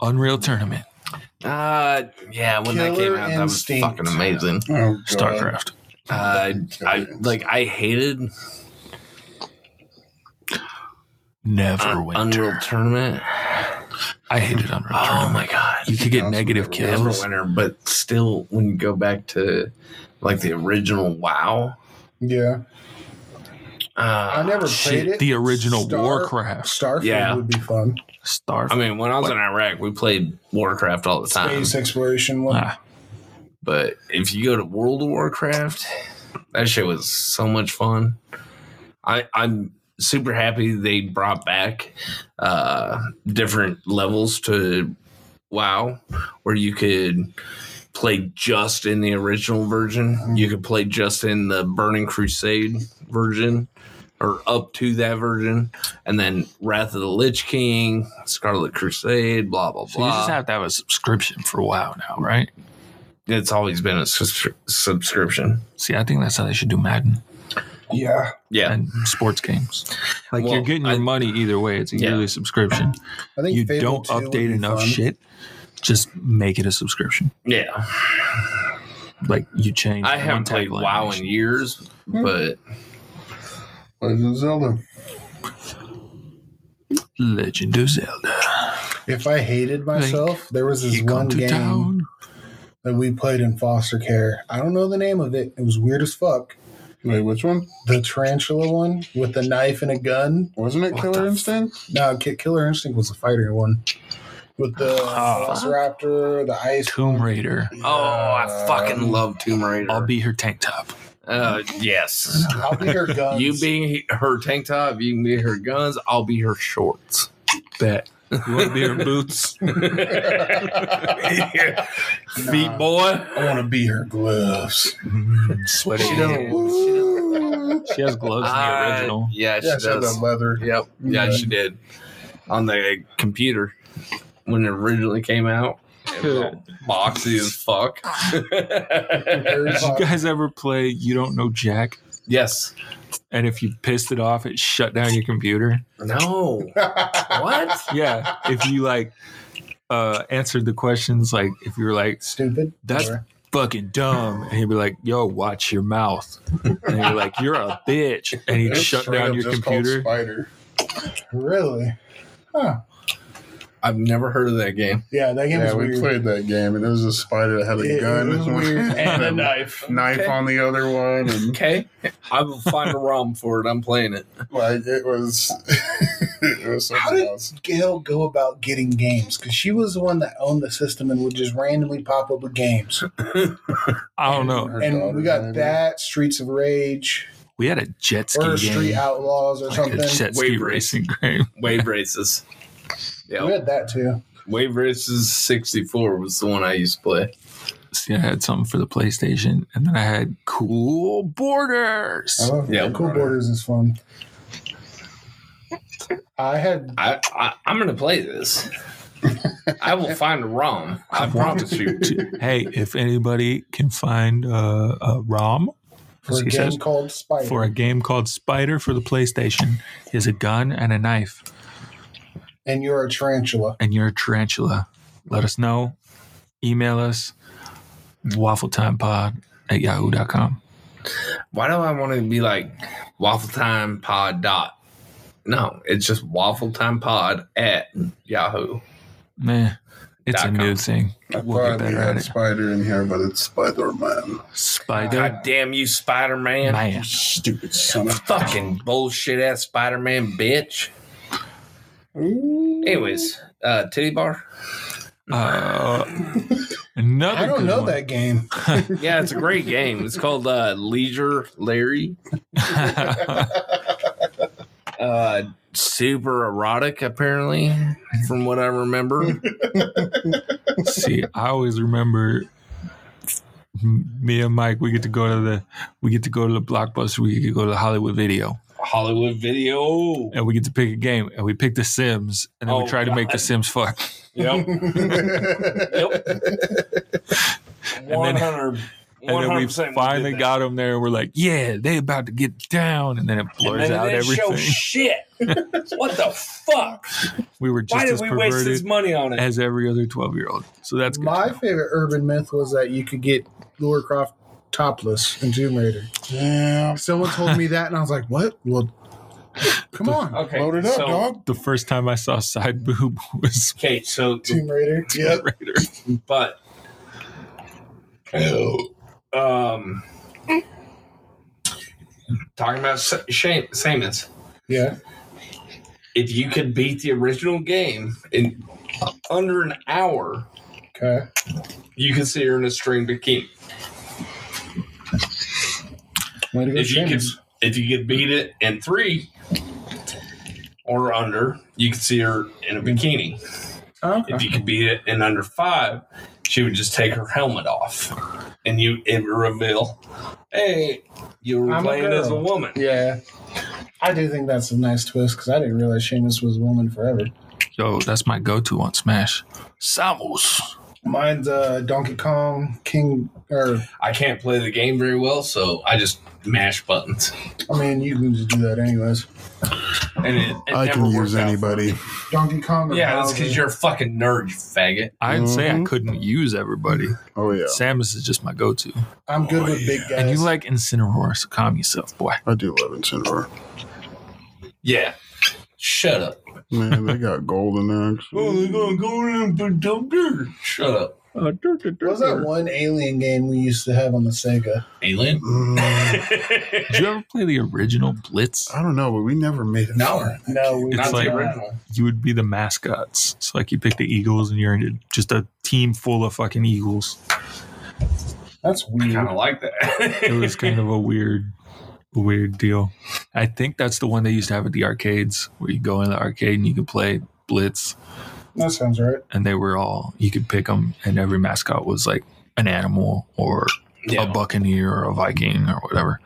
Speaker 2: Unreal Tournament.
Speaker 1: uh, yeah, when that came
Speaker 5: Killer
Speaker 1: out, that was
Speaker 5: Instinct.
Speaker 1: fucking amazing.
Speaker 4: Oh, God.
Speaker 2: StarCraft.
Speaker 1: Uh, I like I hated
Speaker 2: Never
Speaker 1: Un-
Speaker 2: win.
Speaker 1: Unreal Tournament.
Speaker 2: I hated Unreal
Speaker 1: Oh
Speaker 2: Tournament.
Speaker 1: my god,
Speaker 2: You could get
Speaker 4: That's
Speaker 2: negative
Speaker 4: what they were-
Speaker 1: never
Speaker 2: kills.
Speaker 1: winner, but still, when you go back to like the original WoW,
Speaker 5: Yeah.
Speaker 1: uh,
Speaker 5: I never played
Speaker 2: Shit,
Speaker 5: it.
Speaker 2: the original
Speaker 5: Star-
Speaker 2: Warcraft.
Speaker 5: Starfield
Speaker 1: Yeah.
Speaker 5: would be fun.
Speaker 2: Starfield.
Speaker 1: I mean, when I was in Iraq, we played Warcraft all the time.
Speaker 5: Space exploration one.
Speaker 2: Ah,
Speaker 1: But if you go to World of Warcraft, that shit was so much fun. I I'm super happy they brought back uh different levels to WoW where you could play just in the original version. You could play just in the Burning Crusade version or up to that version and then Wrath of the Lich King, Scarlet Crusade, blah blah blah.
Speaker 2: so you just have to have a subscription for WoW now, right?
Speaker 1: it's always been a subscri- subscription.
Speaker 2: See, I think that's how they should do Madden
Speaker 5: Yeah.
Speaker 1: Yeah.
Speaker 2: and sports games. Like
Speaker 1: Well,
Speaker 2: you're getting your
Speaker 1: I-
Speaker 2: money either way. It's a
Speaker 1: Yeah.
Speaker 2: yearly subscription.
Speaker 5: I think
Speaker 2: You
Speaker 5: Fable
Speaker 2: don't
Speaker 5: 2 would
Speaker 2: update
Speaker 5: be
Speaker 2: enough
Speaker 5: fun.
Speaker 2: shit. Just make it a subscription.
Speaker 1: Yeah.
Speaker 2: Like you change.
Speaker 1: I
Speaker 2: one
Speaker 1: haven't played
Speaker 2: tagline.
Speaker 1: WoW in years, but
Speaker 4: Legend of Zelda.
Speaker 2: Legend of Zelda.
Speaker 5: If I hated myself, there was this
Speaker 2: You come
Speaker 5: one
Speaker 2: to
Speaker 5: game
Speaker 2: town.
Speaker 5: that we played in foster care. I don't know the name of it. It was weird as fuck.
Speaker 4: Wait, which one?
Speaker 5: The tarantula one with the knife and a gun.
Speaker 4: Wasn't it
Speaker 2: What the
Speaker 4: Killer
Speaker 2: f-
Speaker 4: Instinct?
Speaker 5: No, Ki- Killer Instinct was the fighter one. With the
Speaker 2: Ah.
Speaker 5: Velociraptor, the ice.
Speaker 2: Tomb Raider.
Speaker 1: oh, I fucking love Tomb Raider.
Speaker 2: I'll be her tank top.
Speaker 1: uh, yes.
Speaker 5: I'll be her guns.
Speaker 1: You be her tank top, you can be her guns, I'll be her shorts.
Speaker 2: Bet. You want to be her boots?
Speaker 5: Nah,
Speaker 1: Feet boy.
Speaker 5: I want to be her gloves.
Speaker 2: Mm, sweaty.
Speaker 1: She
Speaker 2: hands.
Speaker 1: don't-
Speaker 2: She has gloves in the
Speaker 1: Uh,
Speaker 2: original.
Speaker 1: yeah, she
Speaker 5: Yeah, she had the
Speaker 1: does.
Speaker 5: leather.
Speaker 1: Yep. Yeah, she did. On the computer when it originally came out. It was all boxy as fuck.
Speaker 2: Did you guys ever play You Don't Know Jack?
Speaker 1: yes.
Speaker 2: And if you pissed it off, it shut down your computer.
Speaker 1: No. what?
Speaker 2: Yeah. If you like uh answered the questions like if you were like
Speaker 5: Stupid.
Speaker 2: That's-
Speaker 5: Or-
Speaker 2: fucking dumb and he'd be like, Yo, watch your mouth. And you're like, You're a bitch and he'd
Speaker 4: It's
Speaker 2: shut
Speaker 4: straight
Speaker 2: down
Speaker 4: up
Speaker 2: your
Speaker 4: just called
Speaker 2: computer.
Speaker 4: Spider.
Speaker 5: really. Huh.
Speaker 1: I've never heard of that game.
Speaker 5: Yeah, that game
Speaker 4: Yeah,
Speaker 5: was
Speaker 4: we
Speaker 5: weird.
Speaker 4: played that game, and there was a spider that had a
Speaker 5: It- it
Speaker 4: gun
Speaker 5: was weird.
Speaker 4: and a knife,
Speaker 1: Okay.
Speaker 4: on the other one, and
Speaker 1: Um, Okay. I will find a ROM for it. I'm playing it.
Speaker 4: like it was, it was
Speaker 5: How
Speaker 4: something
Speaker 5: did
Speaker 4: else.
Speaker 5: Gail go about getting games? Because she was the one that owned the system and would just randomly pop up with games.
Speaker 2: I don't know.
Speaker 4: Her
Speaker 5: and
Speaker 4: daughter
Speaker 5: we got
Speaker 4: had it.
Speaker 5: that, Streets of Rage,
Speaker 2: We had a jet ski
Speaker 5: or Street
Speaker 2: game.
Speaker 5: Outlaws, or
Speaker 2: Like
Speaker 5: something.
Speaker 2: a jet ski
Speaker 1: Wave
Speaker 2: racing game.
Speaker 1: Wave Races.
Speaker 5: We
Speaker 1: Yeah.
Speaker 5: had that too.
Speaker 1: Wave Races 64 was the one I used to play.
Speaker 2: See, I had something for the PlayStation, and then I had Cool Borders.
Speaker 5: I love
Speaker 1: Yeah.
Speaker 5: Cool Borders Oh, is fun. I had
Speaker 1: I, I, I'm going to play this. I will find a ROM. I promise you.
Speaker 2: hey, if anybody can find uh, a ROM
Speaker 5: for a
Speaker 2: She
Speaker 5: game
Speaker 2: says-
Speaker 5: called Spider.
Speaker 2: for a game called Spider for the PlayStation, he has a gun and a knife,
Speaker 5: and you're a tarantula.
Speaker 2: and you're a tarantula. Let us know. Email us waffletimepod at yahoo.com.
Speaker 1: Why do I want to be like waffle time pod dot? No, it's just waffle time pod at Yahoo.
Speaker 2: Man, it's a
Speaker 1: Dot com.
Speaker 2: new thing.
Speaker 4: I
Speaker 2: We'll get
Speaker 4: thought we
Speaker 2: better at
Speaker 4: had
Speaker 2: it.
Speaker 4: spider in here, but it's Spider Man.
Speaker 2: Spider
Speaker 1: God damn you, Spider Man.
Speaker 2: Man.
Speaker 4: Stupid son of
Speaker 1: Fucking bullshit ass Spider Man bitch. Anyways, uh, titty bar.
Speaker 2: Uh, another
Speaker 5: I don't
Speaker 2: good
Speaker 5: know
Speaker 2: one.
Speaker 5: that game.
Speaker 1: Yeah, it's a great game. It's called uh, Leisure Larry. Uh, super erotic, apparently, from what I remember.
Speaker 2: See, I always remember m- me and Mike. We get to go to the we get to go to the blockbuster. We get to go to the Hollywood Video,
Speaker 1: Hollywood Video.
Speaker 2: and we get to pick a game. And we pick The Sims, and then
Speaker 1: Oh,
Speaker 2: we try to make The
Speaker 1: God.
Speaker 2: Sims fuck.
Speaker 1: Yep.
Speaker 4: Yep.
Speaker 1: Yep.
Speaker 2: then-
Speaker 1: hundred
Speaker 2: And then we finally got him there. We're like, yeah, they about to get down. And then it blurs
Speaker 1: and then
Speaker 2: out
Speaker 1: they didn't show
Speaker 2: everything.
Speaker 1: shit. what the fuck?
Speaker 2: we were just
Speaker 1: Why
Speaker 2: as
Speaker 1: did we waste
Speaker 2: perverted
Speaker 1: this money on it?
Speaker 2: as every other 12 year old. So that's good.
Speaker 5: My
Speaker 2: to know.
Speaker 5: favorite urban myth was that you could get Laura Croft topless in Tomb Raider.
Speaker 4: Yeah.
Speaker 5: Someone told me that, and I was like, "What? Well, come on,
Speaker 1: Okay,
Speaker 4: Load it up,
Speaker 1: so-
Speaker 4: dog.
Speaker 2: The first time I saw side boob was
Speaker 1: Okay, so
Speaker 5: Tomb Raider."
Speaker 4: Yep.
Speaker 2: Raider.
Speaker 1: but um talking about Sa- Sha- Samus.
Speaker 5: Yeah,
Speaker 1: If you could beat the original game in under an hour,
Speaker 5: okay.
Speaker 1: you could see her in a string bikini.
Speaker 5: Way to go,
Speaker 1: If you could
Speaker 5: Seamus.
Speaker 1: if you could beat it in three or under, you could see her in a bikini.
Speaker 5: Okay.
Speaker 1: If you could beat it in under five, she would just take her helmet off, and you it would reveal, hey, you were
Speaker 5: I'm a
Speaker 1: playing as a
Speaker 5: girl."
Speaker 1: woman.
Speaker 5: Yeah, I do think that's a nice twist because I didn't realize Seamus was a woman forever.
Speaker 2: Yo, that's my go to on Smash. Samus.
Speaker 5: Mine's uh, Donkey Kong King, or
Speaker 1: I can't play the game very well, so I just mash buttons,
Speaker 5: I mean, you can just do that anyways.
Speaker 1: and it, it
Speaker 4: I
Speaker 1: never
Speaker 4: can
Speaker 1: worked
Speaker 4: use
Speaker 1: out.
Speaker 4: anybody.
Speaker 5: Donkey Kong. Or
Speaker 1: Yeah, that's
Speaker 5: Bowser.
Speaker 1: because you're a fucking nerd, you faggot.
Speaker 2: I'd say I
Speaker 1: Mm-hmm.
Speaker 4: Mhm.
Speaker 2: couldn't use everybody.
Speaker 4: Oh yeah,
Speaker 2: Samus is just my go to.
Speaker 5: I'm
Speaker 1: Oh,
Speaker 5: good with big guys.
Speaker 2: And you like Incineroar, so calm yourself, boy.
Speaker 4: I do love Incineroar.
Speaker 1: Yeah, shut up.
Speaker 4: Man, they got gold in there. actually.
Speaker 1: Oh, they're gonna go in and dumb Shut up,
Speaker 4: Uh,
Speaker 5: What was that one alien game we used to have on the Sega?
Speaker 1: alien.
Speaker 4: Mm,
Speaker 2: Did you ever play the original Blitz?
Speaker 4: I don't know, but we never made it.
Speaker 1: no,
Speaker 5: No, we
Speaker 2: It's
Speaker 1: not
Speaker 2: like-
Speaker 1: the original.
Speaker 2: You would be the mascots. So, like, you pick the Eagles and you're just a team full of fucking Eagles.
Speaker 5: that's
Speaker 1: I
Speaker 5: weird.
Speaker 1: kind of like that.
Speaker 2: It was kind of a weird, weird deal. I think that's the one they used to have at the arcades where you go in the arcade and you could play Blitz.
Speaker 5: That sounds right.
Speaker 2: And they were all, you could pick them, and every mascot was like an animal or
Speaker 1: yeah.
Speaker 2: a buccaneer or a Viking or whatever.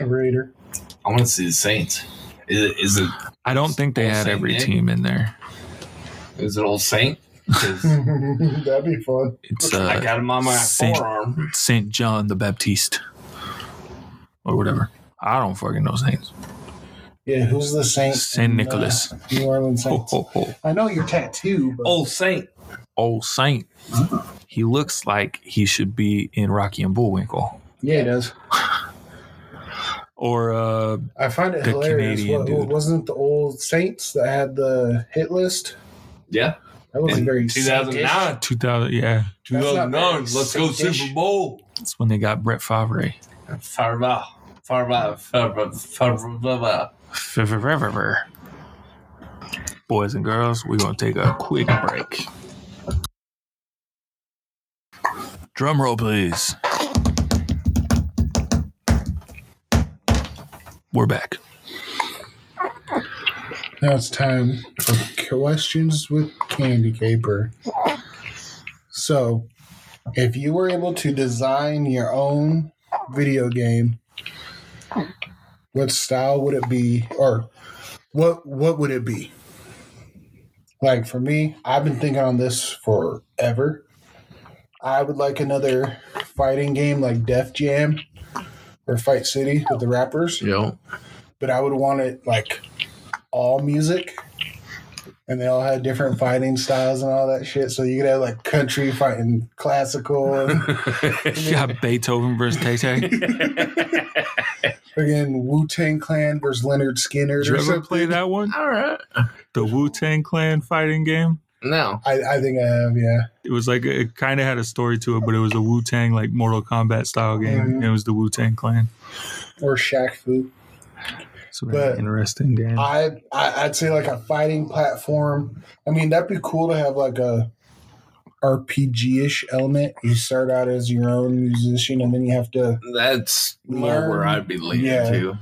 Speaker 5: A raider.
Speaker 1: I want to see the Saints. Is it, is it
Speaker 2: I don't think they
Speaker 1: All
Speaker 2: had
Speaker 1: same
Speaker 2: every
Speaker 1: name?
Speaker 2: team in there.
Speaker 1: is it old Saint? 'Cause
Speaker 5: That'd be fun.
Speaker 2: It's
Speaker 1: I
Speaker 2: uh,
Speaker 1: got him on my
Speaker 2: Saint.
Speaker 1: forearm.
Speaker 2: Saint John the Baptist or whatever. I don't fucking know saints.
Speaker 5: Yeah, who's the saint?
Speaker 2: Saint
Speaker 5: in, uh,
Speaker 2: Nicholas. Oh,
Speaker 5: New Orleans
Speaker 2: Ho
Speaker 5: Saints. Oh,
Speaker 2: ho ho!
Speaker 5: I know your tattoo, but
Speaker 1: Old Saint.
Speaker 2: Old Oh, Saint. He looks like he should be in Rocky and Bullwinkle
Speaker 5: yeah, it does. or
Speaker 2: or uh,
Speaker 5: I find it
Speaker 2: the
Speaker 5: hilarious.
Speaker 2: Canadian
Speaker 5: What,
Speaker 2: dude.
Speaker 5: wasn't it the old Saints that had the hit list?
Speaker 1: Yeah.
Speaker 5: That wasn't
Speaker 1: In
Speaker 5: very
Speaker 1: 2009.
Speaker 2: 2000. Yeah,
Speaker 5: That's not
Speaker 1: 2009.
Speaker 5: very
Speaker 1: Let's go
Speaker 5: Saint-ish.
Speaker 1: Super Bowl.
Speaker 2: that's when they got Brett Favre.
Speaker 1: Farva. Farva. Farva. Farva.
Speaker 2: Favre. Boys and girls, we're gonna take a quick break. Drum roll, please. We're back.
Speaker 5: Saint-ish. Now it's time for questions with Candy Caper. So, if you were able to design your own video game, what style would it be, or what what would it be? Like for me, I've been thinking on this forever. I would like another fighting game like Def Jam or Fight City with the rappers.
Speaker 1: Yeah.
Speaker 5: but I would want it like all music. And they all had different fighting styles and all that shit. So you could have like country fighting classical and
Speaker 2: You got Beethoven versus Tay Tay.
Speaker 5: friggin' Wu Tang Clan versus Leonard Skinner.
Speaker 2: Did you
Speaker 5: Or
Speaker 2: ever
Speaker 5: something.
Speaker 2: play that one?
Speaker 1: All right.
Speaker 2: The Wu Tang Clan fighting game.
Speaker 1: No.
Speaker 5: I, I think I have, yeah.
Speaker 2: It was like it kind of had a story to it, but it was a Wu Tang like Mortal Kombat style game.
Speaker 5: Mhm.
Speaker 2: and It was the Wu Tang Clan.
Speaker 5: Or Shaq Fu.
Speaker 2: So that's
Speaker 5: But
Speaker 2: an interesting game.
Speaker 5: I, I I'd say like a fighting platform. I mean, that'd be cool to have like a RPG ish element. You start out as your own musician and then you have to
Speaker 1: That's more
Speaker 5: Learn.
Speaker 1: where I'd be leaning
Speaker 5: Yeah.
Speaker 1: to.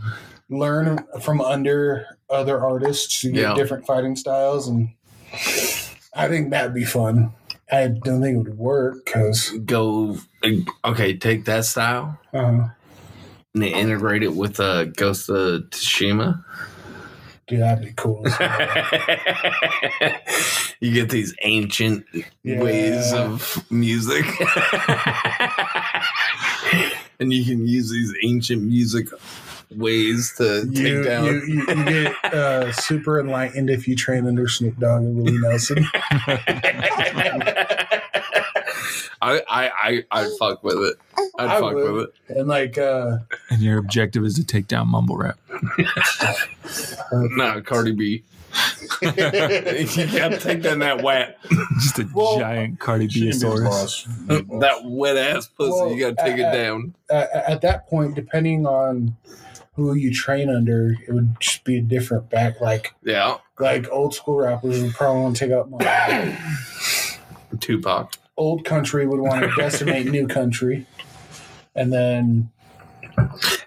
Speaker 5: learn from under other artists to get
Speaker 1: Yeah.
Speaker 5: different fighting styles and i think that'd be fun i don't think it would work because
Speaker 1: Go. Okay, take that style
Speaker 5: uh,
Speaker 1: and then integrate it with uh, Ghost of Tsushima.
Speaker 5: dude that'd be cool as hell.
Speaker 1: you get these ancient ways
Speaker 5: Yeah.
Speaker 1: of music. and you can use these ancient music ways to
Speaker 5: You,
Speaker 1: take down.
Speaker 5: you, you, you get uh, super enlightened if you train under Snoop Dogg and Willie Nelson.
Speaker 1: I, I, I, I'd fuck with it. I'd
Speaker 5: I
Speaker 1: fuck
Speaker 5: would.
Speaker 1: with it.
Speaker 5: And like, uh,
Speaker 2: and your objective is to take down mumble rap.
Speaker 1: No, Cardi B. you gotta take down that wet,
Speaker 2: Just a
Speaker 5: Well,
Speaker 2: giant Cardi B
Speaker 4: Shouldn't be a
Speaker 2: saurus.
Speaker 4: boss.
Speaker 1: that wet ass pussy. you gotta take
Speaker 5: Well,
Speaker 1: it
Speaker 5: uh,
Speaker 1: down.
Speaker 5: at, at that point, depending on who you train under, it would just be a different back. Like,
Speaker 1: Yeah,
Speaker 5: like old school rappers would probably want to take out my
Speaker 1: Tupac.
Speaker 5: old country would want to decimate new country, and then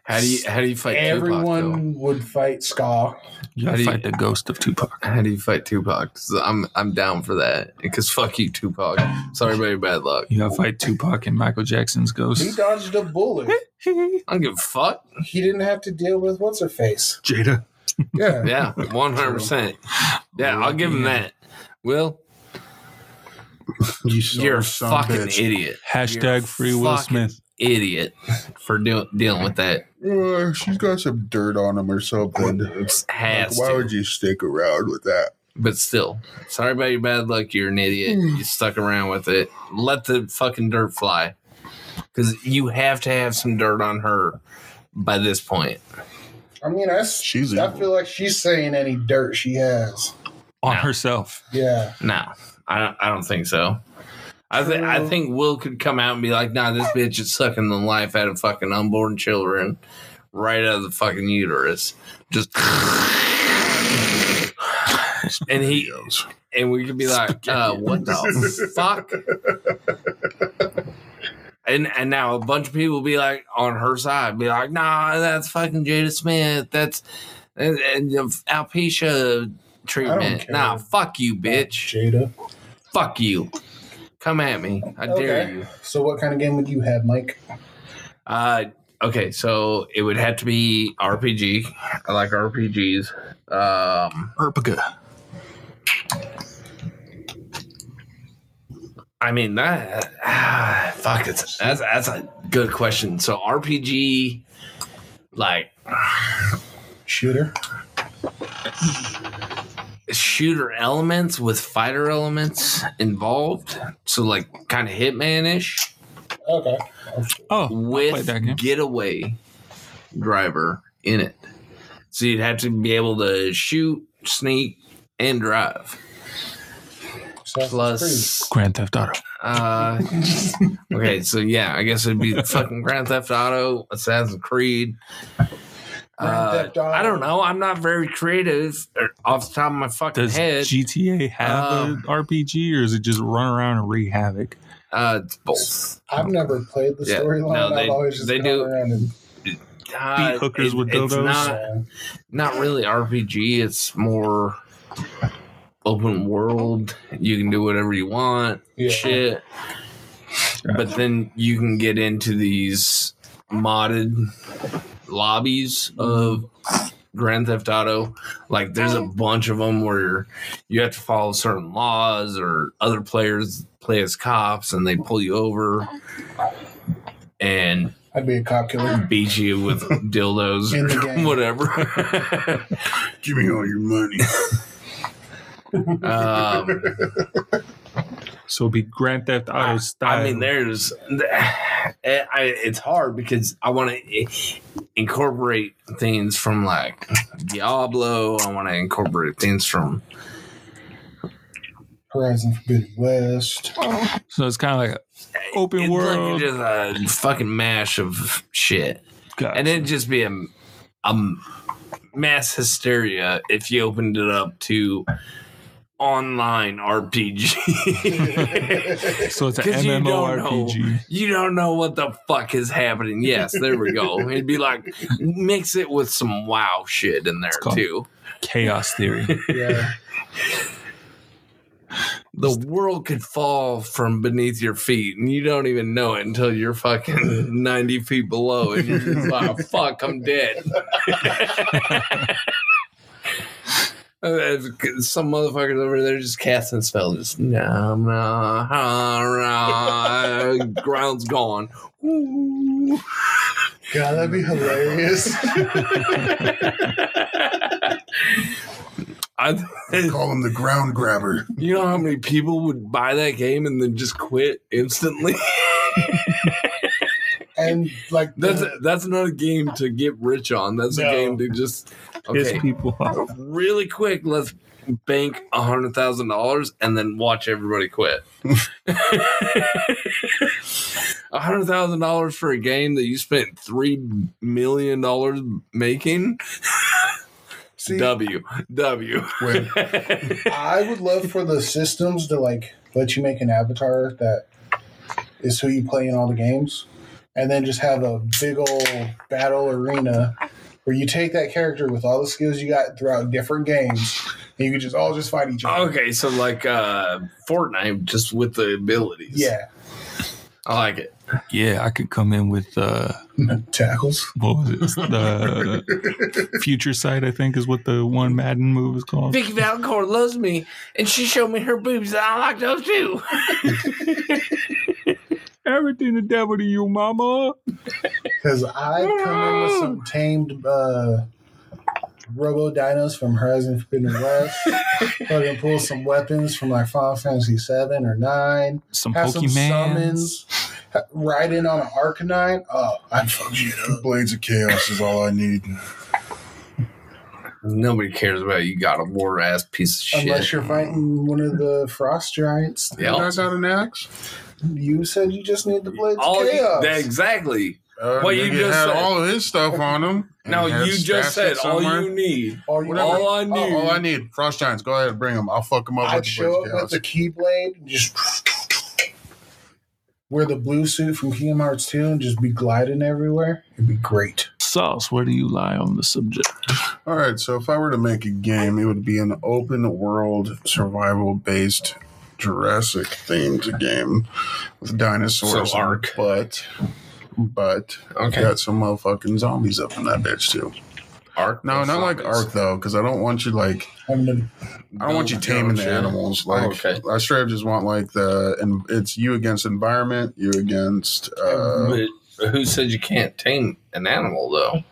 Speaker 1: How do you how do you fight
Speaker 5: everyone
Speaker 1: Tupac?
Speaker 5: would fight ska.
Speaker 2: You
Speaker 1: How do
Speaker 2: gotta
Speaker 1: you-
Speaker 2: fight the ghost of Tupac.
Speaker 1: Though? How do you fight Tupac? i I'm I'm down for that. Because fuck you, Tupac. Sorry about your bad luck.
Speaker 2: You gotta fight Tupac and Michael Jackson's
Speaker 5: He
Speaker 2: ghost.
Speaker 5: dodged a bullet.
Speaker 1: I don't give a fuck.
Speaker 5: He didn't have to deal with what's her face.
Speaker 2: Jada.
Speaker 5: Yeah.
Speaker 1: Yeah, one hundred percent. Yeah, I'll give him that. Will,
Speaker 4: You son
Speaker 1: you're
Speaker 4: of
Speaker 1: a
Speaker 4: son
Speaker 1: fucking
Speaker 4: bitch.
Speaker 1: idiot. You're
Speaker 2: Hashtag free Will
Speaker 1: fucking
Speaker 2: Smith.
Speaker 1: Idiot for deal- dealing with that.
Speaker 4: Uh, she's got some dirt on him or something.
Speaker 1: It's
Speaker 4: Like,
Speaker 1: has
Speaker 4: why
Speaker 1: to.
Speaker 4: would you stick around with that?
Speaker 1: But still, sorry about your bad luck. You're an idiot. You stuck around with it. Let the fucking dirt fly. Because you have to have some dirt on her by this point.
Speaker 5: I mean, I, s-
Speaker 4: She's
Speaker 5: I
Speaker 4: evil.
Speaker 5: feel like she's saying any dirt she has.
Speaker 2: On
Speaker 1: Nah.
Speaker 2: herself.
Speaker 5: Yeah.
Speaker 1: No, I don't. I don't think so. I think I
Speaker 5: True.
Speaker 1: think Will could come out and be like, "Nah, this bitch is sucking the life out of fucking unborn children, right out of the fucking uterus." Just and he
Speaker 4: Videos.
Speaker 1: and we could be like, uh, "What the fuck?" And and now a bunch of people will be like on her side, be like, "Nah, that's fucking Jada Smith. That's and, and the alopecia treatment.
Speaker 5: care.
Speaker 1: Nah, fuck you, bitch.
Speaker 5: Jada.
Speaker 1: Fuck you. Come at me. I dare
Speaker 5: Okay.
Speaker 1: you."
Speaker 5: So, what kind of game would you have, Mike?
Speaker 1: Uh, okay, so it would have to be RPG. I like RPGs. Um,
Speaker 2: Erpica.
Speaker 1: I mean that. ah, fuck, it's that's that's a good question. So RPG, like
Speaker 5: Shooter?
Speaker 1: shooter elements with fighter elements involved. So like kind of Hitman ish
Speaker 5: Okay.
Speaker 2: Oh, I played
Speaker 1: with
Speaker 2: that game.
Speaker 1: getaway driver in it. So you'd have to be able to shoot, sneak, and drive.
Speaker 5: Assassin's Creed.
Speaker 1: Plus,
Speaker 2: Grand Theft Auto.
Speaker 1: Uh, okay, so yeah, I guess it'd be fucking Grand Theft Auto, Assassin's Creed.
Speaker 5: Grand
Speaker 1: Uh,
Speaker 5: Theft Auto.
Speaker 1: I don't know. I'm not very creative or off the top of my fucking
Speaker 2: Does
Speaker 1: head.
Speaker 2: GTA have
Speaker 1: Um,
Speaker 2: an RPG or is it just run around and wreak havoc?
Speaker 1: uh, it's both.
Speaker 5: I've never played the
Speaker 1: Yeah,
Speaker 5: storyline.
Speaker 1: no, they-
Speaker 5: I've always just
Speaker 1: they
Speaker 5: gone
Speaker 1: do-
Speaker 5: around and
Speaker 1: Uh,
Speaker 2: Beat hookers with
Speaker 1: it's
Speaker 2: dildos?
Speaker 1: Not, not really RPG. It's more open world. You can do whatever you want.
Speaker 5: yeah.
Speaker 1: Shit. But then you can get into these modded lobbies of Grand Theft Auto. Like there's a bunch of them where you have to follow certain laws or other players play as cops and they pull you over and
Speaker 5: I'd be a cop killer.
Speaker 1: beat you with dildos
Speaker 5: In the
Speaker 1: or
Speaker 5: game.
Speaker 1: whatever.
Speaker 4: Give me all your money.
Speaker 1: um,
Speaker 2: So it'd be Grand Theft Auto style.
Speaker 1: I mean, there's, eh, I, it's hard because I want to incorporate things from like Diablo. I want to incorporate things from
Speaker 5: Horizon Forbidden West.
Speaker 2: so it's kind of like a open
Speaker 1: it's like
Speaker 2: world.
Speaker 1: just a fucking mash of shit,
Speaker 2: Gotcha.
Speaker 1: and it'd just be a, a mass hysteria if you opened it up to online RPG.
Speaker 2: so it's an
Speaker 1: 'Cause you don't
Speaker 2: MMORPG.
Speaker 1: you don't know what the fuck is happening. Yes, there we go. It'd be like mix it with some wow shit in there
Speaker 2: called-
Speaker 1: too.
Speaker 2: Chaos Theory.
Speaker 5: Yeah.
Speaker 1: The world could fall from beneath your feet and you don't even know it until you're fucking 90 feet below and you're just like, "Oh, fuck, I'm dead. Uh, Some motherfuckers over there just casting spells. Just, nah, nah, nah, nah, ground's gone. Ooh.
Speaker 5: God, that'd be hilarious.
Speaker 1: I,
Speaker 4: They call him the ground grabber.
Speaker 1: you know how many people would buy that game and then just quit instantly?
Speaker 5: and like
Speaker 1: That's
Speaker 5: the-
Speaker 1: that's not a game to get rich on. That's
Speaker 5: No.
Speaker 1: a game to just
Speaker 2: Piss
Speaker 1: okay,
Speaker 2: people off.
Speaker 1: really quick. Let's bank a hundred thousand dollars and then watch everybody quit. A hundred thousand dollars for a game that you spent three million dollars making.
Speaker 5: see,
Speaker 1: W W.
Speaker 4: When
Speaker 5: I would love for the systems to like let you make an avatar that is who you play in all the games, and then just have a big old battle arena where you take that character with all the skills you got throughout different games, and you can just all just fight each other.
Speaker 1: okay, so like uh Fortnite, just with the abilities.
Speaker 5: Yeah,
Speaker 1: I like it.
Speaker 2: Yeah, I could come in with uh,
Speaker 5: tackles.
Speaker 2: what was it? The future sight, I think, is what the one Madden move is called.
Speaker 1: Vicky Valcourt loves me, and she showed me her boobs, and I like those too.
Speaker 2: Everything the devil to you, mama.
Speaker 5: Because I come in with some tamed uh, Robo Dinos from Horizon Forbidden West. Fucking pull some weapons from like Final Fantasy Seven or Nine.
Speaker 2: Some
Speaker 5: Have some
Speaker 2: Pokemon.
Speaker 5: summons. Ha- Ride in on an Arcanine. Oh, I'd fuck you up.
Speaker 4: Blades of Chaos is all I need.
Speaker 1: Nobody cares about you. Got a war ass piece of shit.
Speaker 5: Unless you're fighting one of the frost giants.
Speaker 1: Yeah.
Speaker 4: You guys got an axe?
Speaker 5: You said you just need the blades
Speaker 1: All
Speaker 5: of chaos.
Speaker 1: that- exactly.
Speaker 4: Uh,
Speaker 1: What you
Speaker 4: nigga
Speaker 1: just
Speaker 4: had
Speaker 1: said.
Speaker 4: all of his stuff on him.
Speaker 1: Now
Speaker 4: He had
Speaker 1: you just
Speaker 4: stashed it
Speaker 1: said all
Speaker 4: somewhere.
Speaker 1: you need.
Speaker 5: All you
Speaker 4: Whatever.
Speaker 1: All I
Speaker 4: Oh,
Speaker 1: need.
Speaker 4: all I need, Frost Giants. Go ahead and bring them. I'll fuck them up
Speaker 5: I'd
Speaker 4: with the
Speaker 5: show
Speaker 4: Blades
Speaker 5: up
Speaker 4: of
Speaker 5: with the
Speaker 4: Chaos.
Speaker 5: keyblade and just wear the blue suit from Kingdom Hearts 2 and just be gliding everywhere. It'd be great.
Speaker 2: Sauce, where do you lie on the subject?
Speaker 4: All right, so if I were to make a game, it would be an open world survival based Jurassic themed game with dinosaurs.
Speaker 1: So Ark.
Speaker 4: But, but,
Speaker 1: Okay.
Speaker 4: got some motherfucking zombies up in that bitch too.
Speaker 1: Ark.
Speaker 4: No, not like Ark though, because I don't want you like
Speaker 5: I'm gonna
Speaker 4: I don't want you taming the animals. Like
Speaker 1: Oh, okay.
Speaker 4: I straight up just want like the and it's you against environment, you against uh,
Speaker 1: But who said you can't tame an animal though?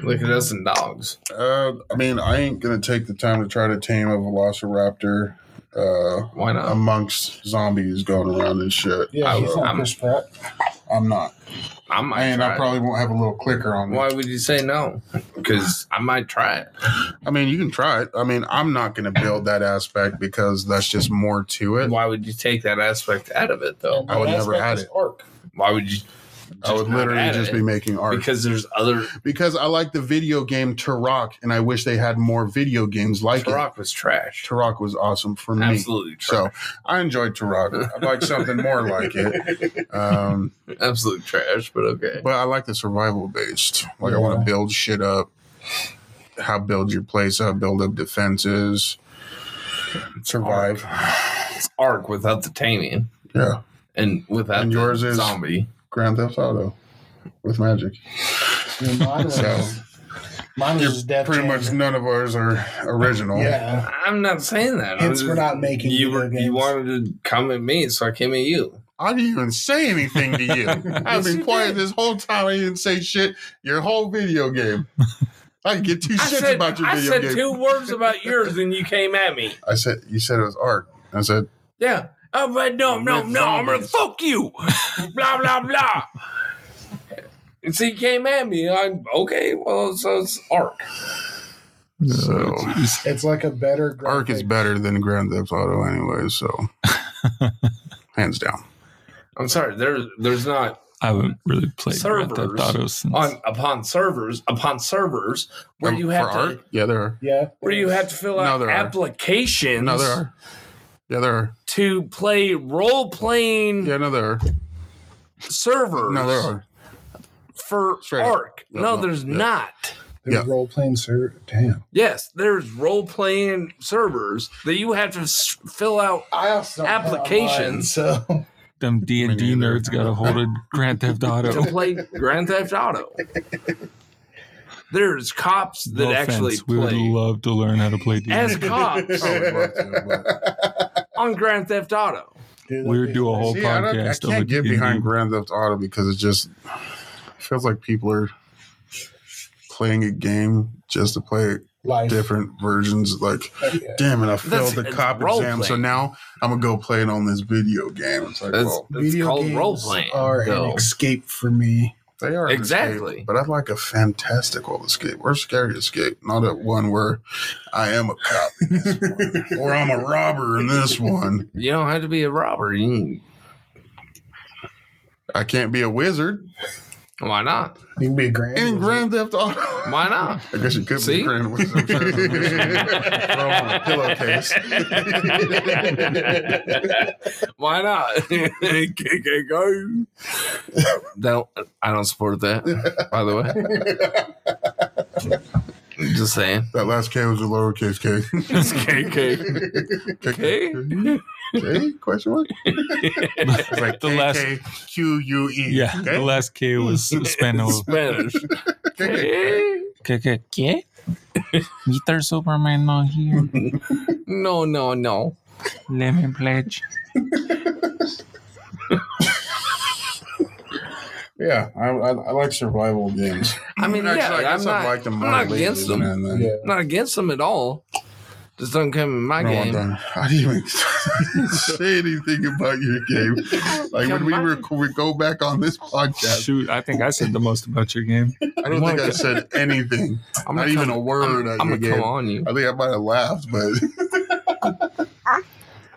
Speaker 1: Look at us and dogs.
Speaker 4: uh. I mean, I ain't gonna take the time to try to tame a velociraptor. Uh,
Speaker 1: Why not?
Speaker 4: amongst zombies going around and shit.
Speaker 5: Yeah,
Speaker 1: I-
Speaker 5: he's not
Speaker 1: I'm-
Speaker 5: Chris Pratt.
Speaker 4: I'm not.
Speaker 1: I might.
Speaker 4: and
Speaker 1: try
Speaker 4: I
Speaker 1: it.
Speaker 4: probably won't have a little clicker on me.
Speaker 1: Why would you say no? Because I might try it.
Speaker 4: I mean, you can try it. I mean, I'm not going to build that aspect because that's just more to it.
Speaker 1: Why would you take that aspect out of it though?
Speaker 4: I would
Speaker 5: That's
Speaker 4: never
Speaker 5: like
Speaker 4: had
Speaker 5: his
Speaker 4: it.
Speaker 5: Arc.
Speaker 1: Why would you?
Speaker 4: I would
Speaker 1: not
Speaker 4: literally
Speaker 1: add
Speaker 4: just
Speaker 1: it?
Speaker 4: be making art. Because,
Speaker 1: because there's other.
Speaker 4: I like the video game Turok, and I wish they had more video games like it.
Speaker 1: Turok was trash.
Speaker 4: Turok was awesome for me.
Speaker 1: Absolutely
Speaker 4: So
Speaker 1: trash.
Speaker 4: I enjoyed Turok. I'd like something more like it. Um,
Speaker 1: Absolute trash. But okay.
Speaker 4: But I like the survival based. Like I
Speaker 5: Yeah.
Speaker 4: want to build shit up. How build your place up, build up defenses, survive.
Speaker 1: It's Ark without the taming
Speaker 4: Yeah.
Speaker 1: and without
Speaker 4: And
Speaker 1: the
Speaker 4: yours is-
Speaker 1: zombie.
Speaker 4: Grand Theft Auto with magic.
Speaker 5: You know, Mine was,
Speaker 4: So
Speaker 5: mine was
Speaker 4: you're
Speaker 5: just Def
Speaker 4: pretty
Speaker 5: Jam.
Speaker 4: much none of ours are original.
Speaker 5: Yeah.
Speaker 1: I'm not saying that. I'm
Speaker 5: Hence, we're
Speaker 1: just-
Speaker 5: not making
Speaker 1: You
Speaker 5: video
Speaker 1: were
Speaker 5: games.
Speaker 1: you wanted to come at me, so I came at you.
Speaker 4: I didn't even say anything to you. I've
Speaker 1: Yes,
Speaker 4: been
Speaker 1: you
Speaker 4: quiet
Speaker 1: did.
Speaker 4: this whole time. I didn't say shit. Your whole video game. I can get two
Speaker 1: I
Speaker 4: shits
Speaker 1: said,
Speaker 4: about your
Speaker 1: I
Speaker 4: video
Speaker 1: said
Speaker 4: game.
Speaker 1: two words about yours, and you came at me.
Speaker 4: I said you said it was art. I said
Speaker 1: Yeah. Oh, but no, no,
Speaker 4: With
Speaker 1: no! I'm gonna
Speaker 4: zombies.
Speaker 1: fuck you. blah blah blah. And so you came at me. I'm okay. Well, so it's arc.
Speaker 4: So-
Speaker 2: jeez.
Speaker 5: It's like a better
Speaker 4: Arc
Speaker 5: graphic.
Speaker 4: is better than Grand Theft Auto anyway, so hands down.
Speaker 1: I'm sorry. There's there's not
Speaker 2: I haven't really played Grand Theft
Speaker 1: Servers
Speaker 2: Auto since.
Speaker 1: on upon servers upon servers where
Speaker 4: Um,
Speaker 1: you have
Speaker 4: for
Speaker 1: to
Speaker 4: art? Yeah, there are.
Speaker 5: Yeah.
Speaker 1: where you have to fill
Speaker 4: No,
Speaker 1: out
Speaker 4: there are.
Speaker 1: applications
Speaker 4: No, there are. Yeah, there are.
Speaker 1: to play role playing
Speaker 4: Yeah, no, there are.
Speaker 1: servers.
Speaker 4: No, there are.
Speaker 1: for
Speaker 4: Straight up.
Speaker 1: Ark.
Speaker 4: No,
Speaker 1: No,
Speaker 4: no,
Speaker 1: there's
Speaker 4: yeah.
Speaker 1: not.
Speaker 5: There's
Speaker 4: Yeah.
Speaker 5: role playing server. Damn.
Speaker 1: Yes, there's role playing servers that you have to s- fill out.
Speaker 5: I also don't play online,
Speaker 1: Applications.
Speaker 5: so
Speaker 2: Them D and
Speaker 4: Me
Speaker 2: D
Speaker 4: neither.
Speaker 2: nerds got a hold of Grand Theft
Speaker 1: to
Speaker 2: Auto.
Speaker 1: play Grand Theft Auto. There's cops that
Speaker 2: No
Speaker 1: actually
Speaker 2: offense, we would
Speaker 1: play
Speaker 2: love to learn how to play D.
Speaker 1: as cops
Speaker 4: I would love to, but-
Speaker 1: on Grand Theft Auto.
Speaker 5: Dude,
Speaker 2: We
Speaker 5: that'd
Speaker 2: would
Speaker 5: be
Speaker 2: do a whole
Speaker 4: See, I, don't, I
Speaker 2: podcast. of
Speaker 4: can't get
Speaker 2: D&D.
Speaker 4: behind Grand Theft Auto because it's just feels like people are playing a game just to play
Speaker 5: Life.
Speaker 4: different versions. Like,
Speaker 5: Okay.
Speaker 4: damn it, I failed
Speaker 1: That's-
Speaker 4: the
Speaker 1: it's
Speaker 4: cop
Speaker 1: role
Speaker 4: exam, so
Speaker 1: playing.
Speaker 4: now I'm gonna go play it on this video game. It's like,
Speaker 1: That's-
Speaker 4: well,
Speaker 1: It's called role-playing,
Speaker 5: are
Speaker 1: though.
Speaker 5: an escape for me.
Speaker 4: they are an
Speaker 1: Exactly.
Speaker 4: escape, but I like a fantastical escape or scary escape, not a one where I am a cop in this one, or I'm a robber in this one.
Speaker 1: You don't have to be a robber. You can-
Speaker 4: I can't be a wizard
Speaker 1: why not?
Speaker 5: You can be a grand.
Speaker 4: in Grand Theft Auto.
Speaker 1: Why not?
Speaker 4: I guess you could
Speaker 1: See?
Speaker 4: be grand with some sort of throw on a pillowcase.
Speaker 1: Why not? go. Don't, I don't support that, by the way. Just saying.
Speaker 4: that last K was a lowercase K.
Speaker 1: It's KK.
Speaker 4: K? K? Question mark? It's like
Speaker 2: The last-
Speaker 4: Q U E.
Speaker 2: Yeah, the last K was Spanish.
Speaker 1: Spanish. K?
Speaker 2: Okay, okay. Mr. Superman not here.
Speaker 1: No, no, no.
Speaker 2: Let me pledge.
Speaker 4: yeah. I, I, I like survival games.
Speaker 1: I mean, yeah,
Speaker 4: Actually, I guess
Speaker 1: I'm
Speaker 4: I've
Speaker 1: not,
Speaker 4: liked them
Speaker 1: I'm
Speaker 4: more
Speaker 1: not
Speaker 4: lately
Speaker 1: against
Speaker 4: than
Speaker 1: them.
Speaker 4: then.
Speaker 5: Yeah.
Speaker 1: I'm not against them at all. Just don't come in my
Speaker 4: No, I'm
Speaker 1: game.
Speaker 4: done. I didn't even say anything about your game. Like when we, rec- we go back on this podcast,
Speaker 2: Shoot, I think I said the most about your game.
Speaker 4: I don't think I said anything.
Speaker 1: I'm
Speaker 4: Not
Speaker 1: gonna
Speaker 4: even
Speaker 1: come-
Speaker 4: a word.
Speaker 1: I'm,
Speaker 4: at
Speaker 1: I'm
Speaker 4: your
Speaker 1: gonna come
Speaker 4: game.
Speaker 1: on you.
Speaker 4: I think I might have laughed, but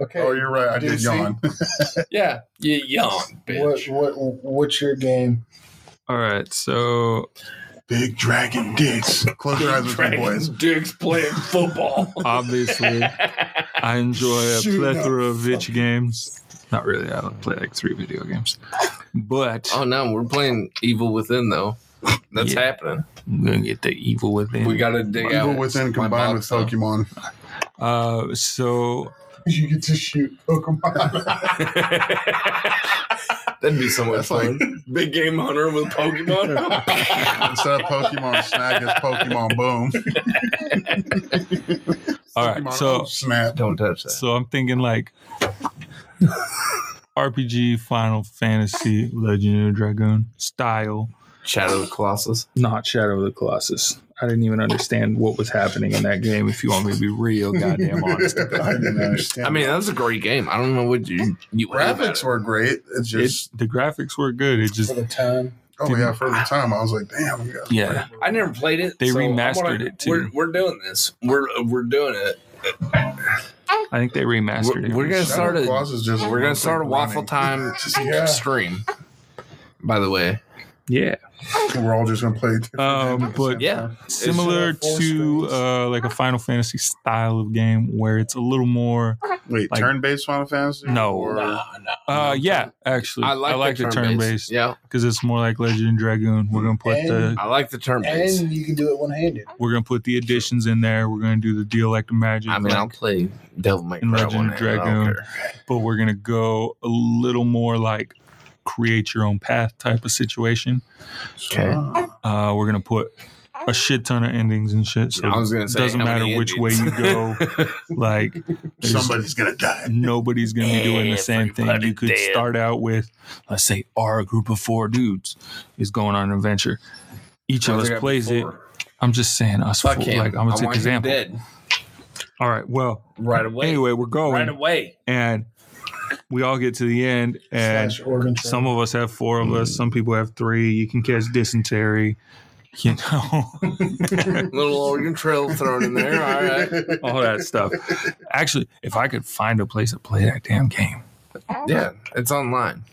Speaker 5: Okay.
Speaker 4: oh, you're right. I
Speaker 5: Did
Speaker 4: did
Speaker 5: see?
Speaker 4: yawn.
Speaker 1: Yeah, you young
Speaker 5: what, what what's your game?
Speaker 2: All right, so
Speaker 4: Big dragon dicks. Close your eyes with me, boys.
Speaker 1: Dicks playing football.
Speaker 2: obviously, I enjoy a
Speaker 5: Shoot,
Speaker 2: plethora of itch games. Not really. I don't play like three video games, but
Speaker 1: oh no, we're playing Evil Within though. That's
Speaker 2: Yeah.
Speaker 1: happening.
Speaker 2: I'm gonna get the evil within.
Speaker 1: We gotta dig out.
Speaker 4: Evil Within combined with Pokemon.
Speaker 2: uh, so
Speaker 5: You get to shoot Pokemon.
Speaker 1: That'd be so much
Speaker 4: That's
Speaker 1: fun. Big game hunter with Pokemon.
Speaker 4: Instead of Pokemon Snag, it's Pokemon Boom.
Speaker 2: all right,
Speaker 4: Pokemon
Speaker 2: so
Speaker 4: Snap.
Speaker 1: Don't touch that.
Speaker 2: so I'm thinking like RPG, Final Fantasy, Legend of Dragoon style.
Speaker 1: Shadow of the Colossus.
Speaker 2: not Shadow of the Colossus. I didn't even understand what was happening in that game. If you want me to be real, goddamn honest,
Speaker 4: I didn't understand.
Speaker 1: I mean, that was a great game. I don't know what you you
Speaker 4: graphics were great. It's
Speaker 2: It's
Speaker 4: just,
Speaker 2: the graphics were good. It just
Speaker 5: for the time.
Speaker 4: oh yeah, for the time, I was like, damn, you guys.
Speaker 2: yeah,
Speaker 1: I never played it.
Speaker 2: They
Speaker 1: so I'm
Speaker 2: remastered
Speaker 1: gonna-
Speaker 2: it, too.
Speaker 1: We're, we're doing this. We're we're doing it.
Speaker 2: I think they remastered it.
Speaker 1: We're- we're gonna
Speaker 4: Shadow
Speaker 1: Started-
Speaker 4: Claws is just
Speaker 1: We're gonna start a waffle
Speaker 4: running.
Speaker 1: time
Speaker 5: Yeah.
Speaker 1: stream. By the way,
Speaker 2: yeah,
Speaker 4: We're all just gonna play.
Speaker 2: um, but
Speaker 1: yeah,
Speaker 2: similar
Speaker 5: It's, uh, four
Speaker 2: to
Speaker 5: screens.
Speaker 2: uh, like a Final Fantasy style of game where it's a little more. uh,
Speaker 4: Wait,
Speaker 2: like-
Speaker 4: turn-based Final Fantasy?
Speaker 2: No.
Speaker 4: Or,
Speaker 2: Uh, yeah, actually,
Speaker 1: Oh, I like,
Speaker 2: the turn based
Speaker 1: Yeah,
Speaker 2: because it's more like Legend and Dragoon. We're gonna put the
Speaker 1: I like the turn based.
Speaker 5: And you can do it one handed.
Speaker 2: we're gonna put the additions in there. We're gonna do the deal like the magic.
Speaker 1: I mean,
Speaker 2: like-
Speaker 1: I'll play Devil May Cry.
Speaker 2: And Legend
Speaker 1: one
Speaker 2: of
Speaker 1: day, I don't
Speaker 2: Dragoon.
Speaker 1: care.
Speaker 2: but we're gonna go a little more like create your own path type of situation.
Speaker 1: Okay.
Speaker 5: Ah,
Speaker 2: Uh, we're gonna put a shit ton of endings and shit, so
Speaker 1: I was gonna say,
Speaker 2: doesn't
Speaker 1: how
Speaker 2: matter
Speaker 1: many
Speaker 2: which way you
Speaker 1: Indians?
Speaker 2: go. like there's-
Speaker 4: Somebody's gonna die.
Speaker 2: nobody's gonna be doing the same thing. You
Speaker 1: Everybody
Speaker 2: could
Speaker 1: dead.
Speaker 2: start out with, let's say, our group of four dudes is going on an adventure. Each of us plays it. I'm just saying, us
Speaker 1: Fuck
Speaker 2: four.
Speaker 1: him.
Speaker 2: Like I'm gonna
Speaker 1: I
Speaker 2: take
Speaker 1: want him
Speaker 2: example.
Speaker 1: dead
Speaker 2: All right. Well,
Speaker 1: right away.
Speaker 2: anyway, we're going,
Speaker 1: right away.
Speaker 2: and we all get to the end, and
Speaker 5: Slash organ trade.
Speaker 2: Some of us have four of us. Some people have three. You can catch dysentery. You know,
Speaker 1: Little Oregon Trail thrown in there. All right.
Speaker 2: all that stuff. Actually, if I could find a place to play that damn game,
Speaker 1: Yeah, it's online.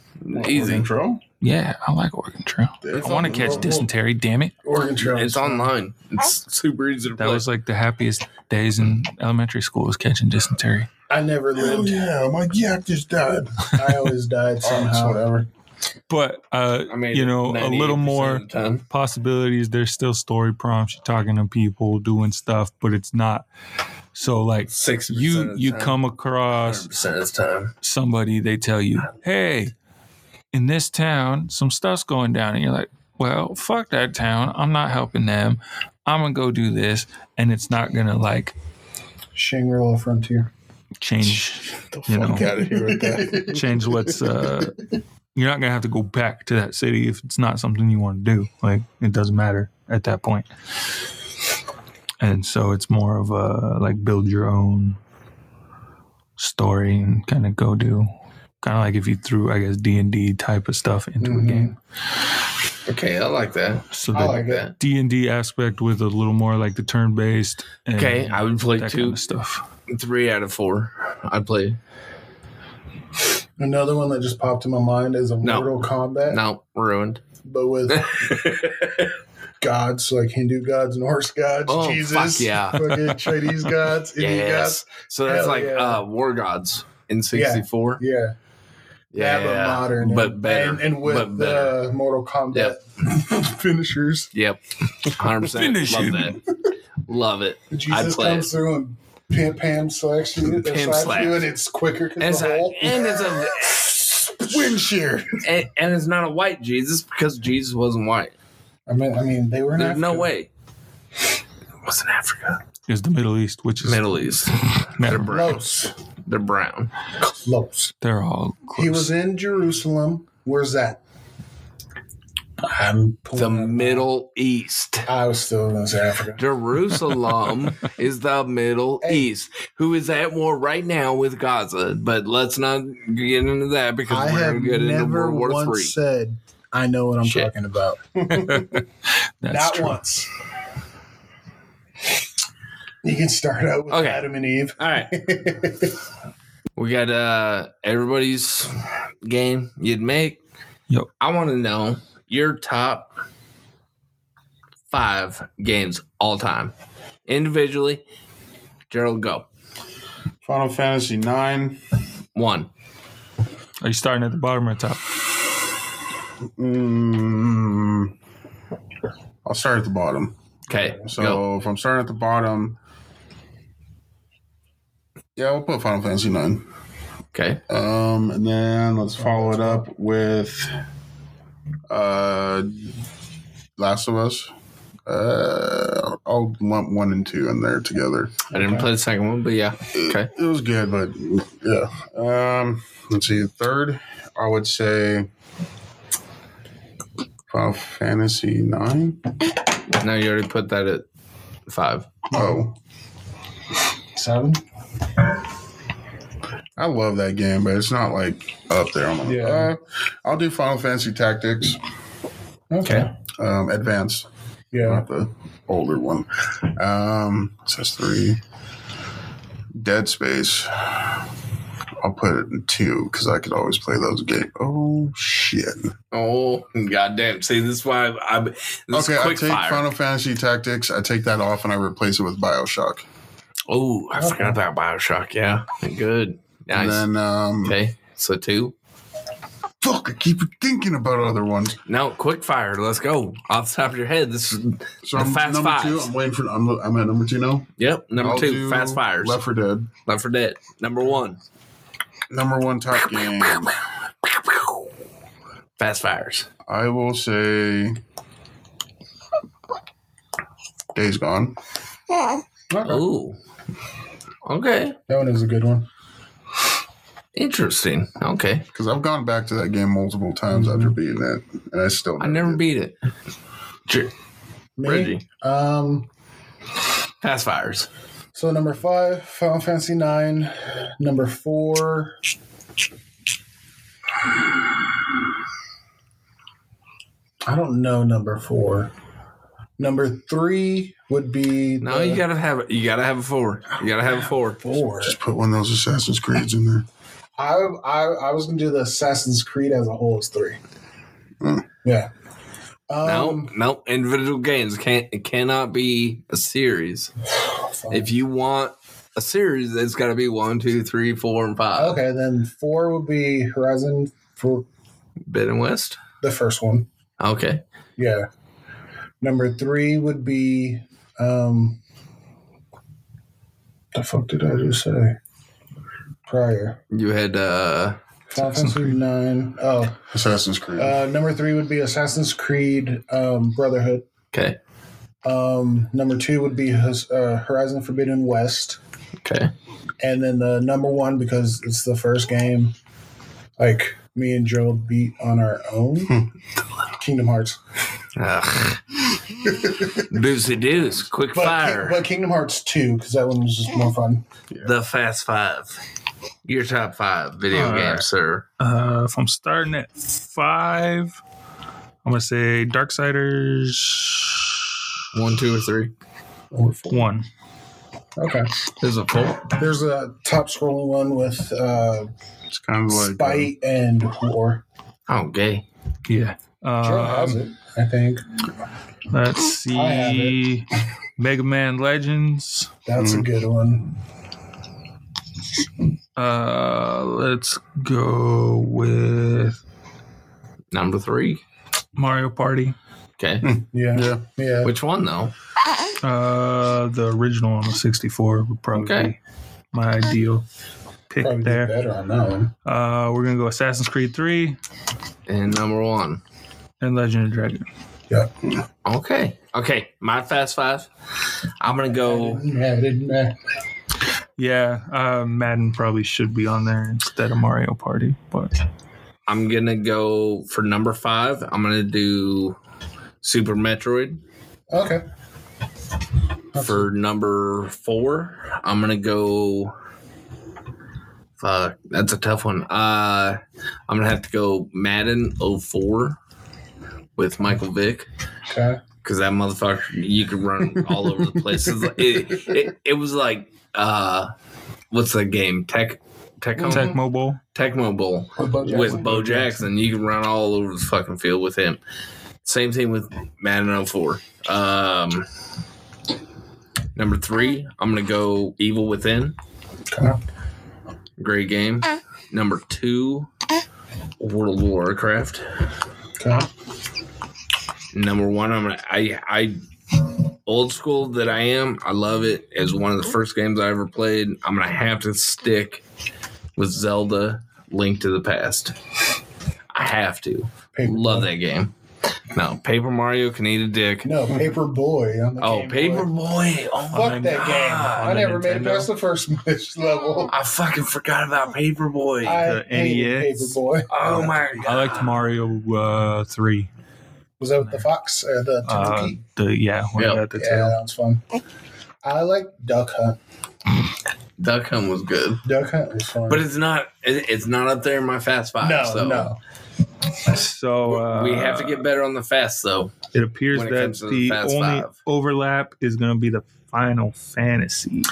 Speaker 1: Easy.
Speaker 4: Control?
Speaker 2: yeah, I like Oregon Trail. I want to catch dysentery. Damn it!
Speaker 5: Organ trail.
Speaker 1: It's online. It's super easy to
Speaker 2: That
Speaker 1: play.
Speaker 2: was like the happiest days in elementary school was catching dysentery.
Speaker 5: I never
Speaker 4: Oh
Speaker 5: lived.
Speaker 4: yeah, I'm like, yeah, I just died.
Speaker 5: I always
Speaker 1: Oh,
Speaker 5: died somehow.
Speaker 4: whatever.
Speaker 2: But uh,
Speaker 1: I mean,
Speaker 2: you know, a little
Speaker 1: 98%
Speaker 2: more-
Speaker 1: of the time.
Speaker 2: possibilities. There's still story prompts. You're talking to people, doing stuff, but it's not. So like
Speaker 1: Six.
Speaker 2: you you come across
Speaker 1: percent of the time.
Speaker 2: somebody they tell you, "Hey, in this town, some stuff's going down," and you're like, "Well, fuck that town. I'm not helping them. I'm gonna go do this," and it's not gonna like
Speaker 5: Shangri-La Frontier.
Speaker 2: change, you
Speaker 4: Fuck
Speaker 2: know,
Speaker 4: out of here with that.
Speaker 2: change what's uh, you're not gonna have to go back to that city if it's not something you want to do. Like it doesn't matter at that point. And so it's more of a like build your own story and kind of go do kind of like if you threw I guess D and D type of stuff into a
Speaker 5: Mhm.
Speaker 2: game.
Speaker 1: Okay, I like that.
Speaker 2: So
Speaker 1: I
Speaker 2: the
Speaker 1: like that.
Speaker 2: D and D aspect with a little more like the turn based.
Speaker 1: Okay, I would play
Speaker 2: that
Speaker 1: two,
Speaker 2: kind of stuff.
Speaker 1: three out of four. I'd play.
Speaker 5: Another one that just popped in my mind is a
Speaker 1: No.
Speaker 5: Mortal Kombat,
Speaker 1: No, ruined.
Speaker 5: but with gods like Hindu gods, Norse gods,
Speaker 1: Oh,
Speaker 5: Jesus,
Speaker 1: fuck yeah.
Speaker 5: fucking Chinese gods, Indian
Speaker 1: yes. So that's
Speaker 5: Hell
Speaker 1: like
Speaker 5: yeah.
Speaker 1: uh, War Gods in '64.
Speaker 5: gods. Yeah,
Speaker 1: Yeah,
Speaker 5: Have a modern,
Speaker 1: but better,
Speaker 5: and, and
Speaker 1: but
Speaker 5: with
Speaker 1: better.
Speaker 5: the Mortal Kombat finishers,
Speaker 1: Yep, hundred percent.
Speaker 2: Finish
Speaker 1: Love
Speaker 2: him.
Speaker 1: that. Love it.
Speaker 5: Jesus
Speaker 1: play
Speaker 5: comes through and pam pam slaps you,
Speaker 1: Pam
Speaker 5: pam slaps
Speaker 1: slaps.
Speaker 5: you, and it's quicker
Speaker 1: And
Speaker 5: because
Speaker 1: it's,
Speaker 5: the
Speaker 1: a,
Speaker 5: hole.
Speaker 1: and it's
Speaker 5: Wind shear.
Speaker 1: a and, and it's not a white Jesus because Jesus wasn't white.
Speaker 5: I mean, I mean, they were in
Speaker 1: There's no
Speaker 5: Africa.
Speaker 1: way. It wasn't Africa.
Speaker 2: Is the Middle East, which is
Speaker 1: Middle East. They're
Speaker 2: never,
Speaker 1: brown.
Speaker 5: Close,
Speaker 1: They're brown.
Speaker 5: close.
Speaker 2: they're all close.
Speaker 5: He was in Jerusalem. Where's that? I'm
Speaker 1: The
Speaker 5: pulling up.
Speaker 1: Middle East.
Speaker 5: I was still in South Africa.
Speaker 1: Jerusalem is the Middle
Speaker 5: Hey.
Speaker 1: East, who is at war right now with Gaza. But let's not get into that because
Speaker 5: I
Speaker 1: we're
Speaker 5: have
Speaker 1: going to get into
Speaker 5: never
Speaker 1: World War
Speaker 5: once
Speaker 1: Three.
Speaker 5: said I know what I'm
Speaker 1: Shit.
Speaker 5: talking about.
Speaker 2: That's
Speaker 5: Not
Speaker 2: true.
Speaker 5: once. You can start out with
Speaker 1: Okay.
Speaker 5: Adam and Eve.
Speaker 1: All right. we got uh everybody's game you'd make.
Speaker 2: Yep.
Speaker 1: I want to know your top five games all time. Individually, Gerald, go.
Speaker 4: Final Fantasy Nine.
Speaker 1: One.
Speaker 2: Are you starting at the bottom or top?
Speaker 4: Mm, I'll start at the bottom.
Speaker 1: Okay.
Speaker 4: So
Speaker 1: go.
Speaker 4: if I'm starting at the bottom, yeah, we'll put Final Fantasy Nine.
Speaker 1: Okay.
Speaker 4: Um, and then let's follow it up with uh, Last of Us. Uh, I'll lump one and two in there together.
Speaker 1: I didn't play the second one, but yeah. Okay.
Speaker 4: It was good, but yeah. Um, let's see. Third, I would say Final Fantasy Nine.
Speaker 1: No, you already put that at five.
Speaker 4: Oh,
Speaker 5: Seven.
Speaker 4: I love that game, but it's not like up there. I'm like,
Speaker 5: Yeah.
Speaker 4: uh, I'll do Final Fantasy Tactics
Speaker 1: Okay.
Speaker 4: um, Advanced.
Speaker 5: Yeah.
Speaker 4: not the older one. Um, it says three. Dead Space. I'll put it in two because I could always play those games. Oh shit!
Speaker 1: Oh goddamn! See, this is why I'm. This
Speaker 4: okay,
Speaker 1: is
Speaker 4: I
Speaker 1: quick
Speaker 4: take
Speaker 1: fire.
Speaker 4: Final Fantasy Tactics. I take that off and I replace it with Bioshock.
Speaker 1: oh, I forgot about Bioshock. Yeah, good. Nice.
Speaker 4: And then, um,
Speaker 1: okay, so two.
Speaker 4: fuck, I keep thinking about other ones.
Speaker 1: No, quick fire. Let's go off the top of your head. This is
Speaker 4: So
Speaker 1: The
Speaker 4: I'm
Speaker 1: Fast
Speaker 4: number two.
Speaker 1: Fives.
Speaker 4: I'm waiting for. I'm, I'm at number two now.
Speaker 1: yep. Number
Speaker 4: I'll
Speaker 1: two,
Speaker 4: do
Speaker 1: Fast Fires.
Speaker 4: Left
Speaker 1: Left.
Speaker 4: for Dead.
Speaker 1: for Dead. Number one,
Speaker 4: Number one top game.
Speaker 1: Fast Fires.
Speaker 4: I will say. Days Gone.
Speaker 1: Ooh. Okay.
Speaker 5: That one is a good one.
Speaker 1: Interesting. Okay.
Speaker 4: Because I've gone back to that game multiple times
Speaker 5: Mm-hmm.
Speaker 4: after beating it, and I still
Speaker 1: I never
Speaker 4: beat.
Speaker 1: beat it. Jer-
Speaker 5: Me?
Speaker 1: Reggie.
Speaker 5: Um.
Speaker 1: Fast Fires.
Speaker 5: So number five, Final Fantasy Nine. Number four. I don't know number four. Number three would be
Speaker 1: No,
Speaker 5: the-
Speaker 1: you gotta have it. You gotta have a four. You gotta have a four.
Speaker 5: four.
Speaker 4: Just put one of those Assassin's Creeds in there.
Speaker 5: I, I I was gonna do the Assassin's Creed as a whole as three.
Speaker 4: Hmm.
Speaker 5: Yeah.
Speaker 1: No,
Speaker 5: Um,
Speaker 1: no, individual games can't. It cannot be a series.
Speaker 5: fuck.
Speaker 1: If you want a series, it's got to be one, two, three, four, and five.
Speaker 5: okay, then four would be Horizon for
Speaker 1: Ben and West.
Speaker 5: the first one.
Speaker 1: Okay.
Speaker 5: Yeah. Number three would be um the fuck did I just say? Prior.
Speaker 1: You had uh
Speaker 5: Final Fantasy nine. Oh.
Speaker 4: Assassin's Creed.
Speaker 5: Uh number three would be Assassin's Creed um Brotherhood.
Speaker 1: okay.
Speaker 5: Um number two would be Hus- uh, Horizon Forbidden West.
Speaker 1: Okay.
Speaker 5: And then the number one because it's the first game. Like me and Joel beat on our own
Speaker 4: Hmm.
Speaker 5: Kingdom Hearts.
Speaker 1: Ugh. Boosy doos, quick
Speaker 5: But,
Speaker 1: fire,
Speaker 5: but Kingdom Hearts 2, because that one was just more fun.
Speaker 1: the fast five. Your top five video
Speaker 2: All
Speaker 1: games,
Speaker 2: right.
Speaker 1: sir.
Speaker 2: Uh, if I'm starting at five, I'm gonna say Darksiders
Speaker 1: One, two, or three.
Speaker 5: Or four.
Speaker 2: one.
Speaker 5: Okay.
Speaker 1: There's a four.
Speaker 5: There's a top scrolling one with uh,
Speaker 4: It's kind of like uh,
Speaker 5: Spite and War.
Speaker 1: Oh, gay.
Speaker 2: Yeah.
Speaker 5: Joel has
Speaker 2: Um,
Speaker 5: it, I think.
Speaker 2: let's
Speaker 5: I have
Speaker 2: see. Mega Man Legends.
Speaker 5: That's
Speaker 4: hmm.
Speaker 5: a good one.
Speaker 2: Uh, let's go with
Speaker 1: Number three.
Speaker 2: Mario Party.
Speaker 1: Okay.
Speaker 5: Yeah.
Speaker 4: Yeah.
Speaker 5: Yeah.
Speaker 1: Which one though?
Speaker 2: Uh, the original on the 64 would probably
Speaker 1: Okay.
Speaker 2: be my ideal pick
Speaker 5: Probably did
Speaker 2: there.
Speaker 5: better on that one.
Speaker 2: Uh, we're gonna go Assassin's Creed 3
Speaker 1: And number one.
Speaker 2: and Legend of Dragon.
Speaker 1: Okay. Okay. My fast five. I'm gonna go.
Speaker 5: Yeah, it didn't matter.
Speaker 2: Yeah, uh, Madden probably should be on there instead of Mario Party, but
Speaker 1: I'm gonna go for number five. I'm gonna do Super Metroid.
Speaker 5: Okay.
Speaker 1: For number four, I'm gonna go. Fuck, that's a tough one. Uh, I'm gonna have to go Madden 04 with Michael Vick.
Speaker 5: Okay.
Speaker 1: because that motherfucker you could run all over the place. It's like- It, it, it was like uh, what's that game? Tech Tecmo
Speaker 2: Tech Mobile.
Speaker 1: Tecmo Bowl
Speaker 5: With Bo
Speaker 1: with
Speaker 5: Jackson.
Speaker 1: Bo Jackson. You could run all over the fucking field with him. Same thing with Madden 04. Um, number three, I'm gonna go Evil Within.
Speaker 5: Okay.
Speaker 1: Great game. Number two, World of Warcraft.
Speaker 5: Okay.
Speaker 1: number one i'm gonna i i old school that i am i love it as one of the first games i ever played i'm gonna have to stick with zelda link to the past i have to
Speaker 5: Paper
Speaker 1: love
Speaker 5: Boy.
Speaker 1: that game no paper mario can eat a dick
Speaker 5: No, Paper Boy. On the
Speaker 1: oh
Speaker 5: Game
Speaker 1: paper
Speaker 5: Boy.
Speaker 1: boy oh
Speaker 5: Fuck
Speaker 1: my
Speaker 5: that
Speaker 1: God.
Speaker 5: game.
Speaker 2: on
Speaker 5: I
Speaker 2: the
Speaker 5: never made it
Speaker 2: Nintendo.
Speaker 5: past the first mission level.
Speaker 1: i fucking forgot about paper boy
Speaker 5: I hated
Speaker 2: NES.
Speaker 5: Paper Boy.
Speaker 1: oh my god
Speaker 2: I liked Mario uh, 3.
Speaker 5: Was that with the fox or the
Speaker 2: Uh,
Speaker 5: tanuki?
Speaker 2: the, yeah, when
Speaker 1: Yeah.
Speaker 2: you got the
Speaker 5: yeah,
Speaker 2: tail.
Speaker 5: that was fun. I like Duck Hunt.
Speaker 1: duck hunt was good
Speaker 5: Duck Hunt was fun.
Speaker 1: but it's not it- it's not up there in my fast five
Speaker 5: no,
Speaker 1: so
Speaker 5: no.
Speaker 2: So uh,
Speaker 1: we have to get better on the fast though
Speaker 2: It appears
Speaker 1: when it
Speaker 2: that
Speaker 1: comes to the
Speaker 2: the,
Speaker 1: Fast
Speaker 2: only
Speaker 1: Five.
Speaker 2: overlap is going to be the Final Fantasy.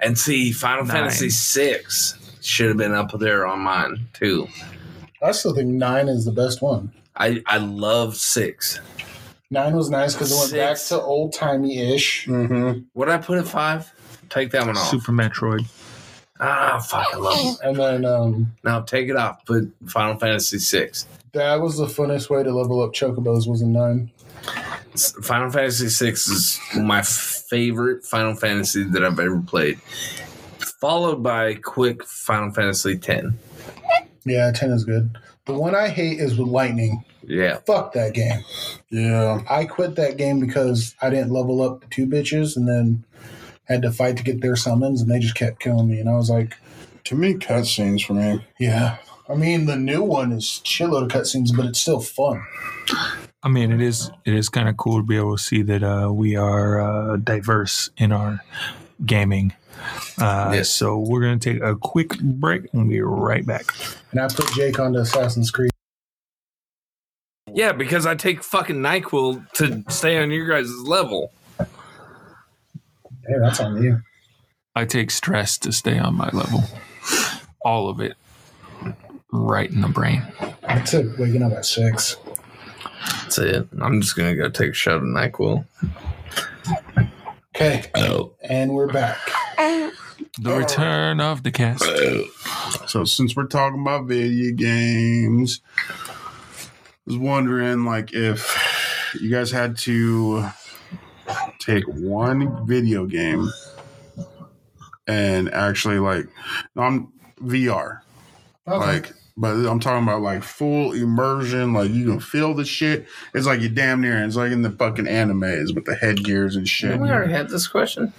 Speaker 1: And see, Final
Speaker 2: Nine.
Speaker 1: Fantasy six should have been up there on mine too.
Speaker 5: I still think nine is the best one.
Speaker 1: I I love six.
Speaker 5: Nine was nice because it went back
Speaker 1: Six.
Speaker 5: to old timey ish.
Speaker 4: Mm-hmm.
Speaker 1: What I put at five? Take that one off.
Speaker 2: Super Metroid.
Speaker 1: Ah, fuck, I love it.
Speaker 5: And then um,
Speaker 1: Now take it off. Put Final Fantasy six.
Speaker 5: that was the funnest way to level up chocobos was in nine.
Speaker 1: S- Final Fantasy six is my favorite Final Fantasy that I've ever played. Followed by quick Final Fantasy ten.
Speaker 5: Yeah, ten is good. The one I hate is with lightning.
Speaker 1: Yeah.
Speaker 5: Fuck that game.
Speaker 4: Yeah.
Speaker 5: I quit that game because I didn't level up the two bitches and then had to fight to get their summons and they just kept killing me and I was like,
Speaker 4: Too many cutscenes for me.
Speaker 5: Yeah. I mean, the new one is shitload of cutscenes, but it's still fun.
Speaker 2: I mean, it is it is kind of cool to be able to see that uh, we are uh, diverse in our gaming. Uh,
Speaker 1: Yes.
Speaker 2: So we're going to take a quick break and be right back.
Speaker 5: And I put Jake onto Assassin's Creed.
Speaker 1: Yeah, because I take fucking Nyquil to stay on your guys' level.
Speaker 5: Hey, that's on you.
Speaker 2: I take stress to stay on my level, all of it, right in the brain.
Speaker 5: I took waking up at six.
Speaker 1: That's it. I'm just gonna go take a shot of Nyquil.
Speaker 5: Okay.
Speaker 1: Oh.
Speaker 5: And we're back.
Speaker 2: The return of the cast.
Speaker 4: So since we're talking about video games, I was wondering like if you guys had to take one video game and actually like I'm VR. Like but I'm talking about like full immersion, like you can feel the shit. It's like you're damn near it's like in the fucking animes with the headgears and shit.
Speaker 1: Didn't we already have this question?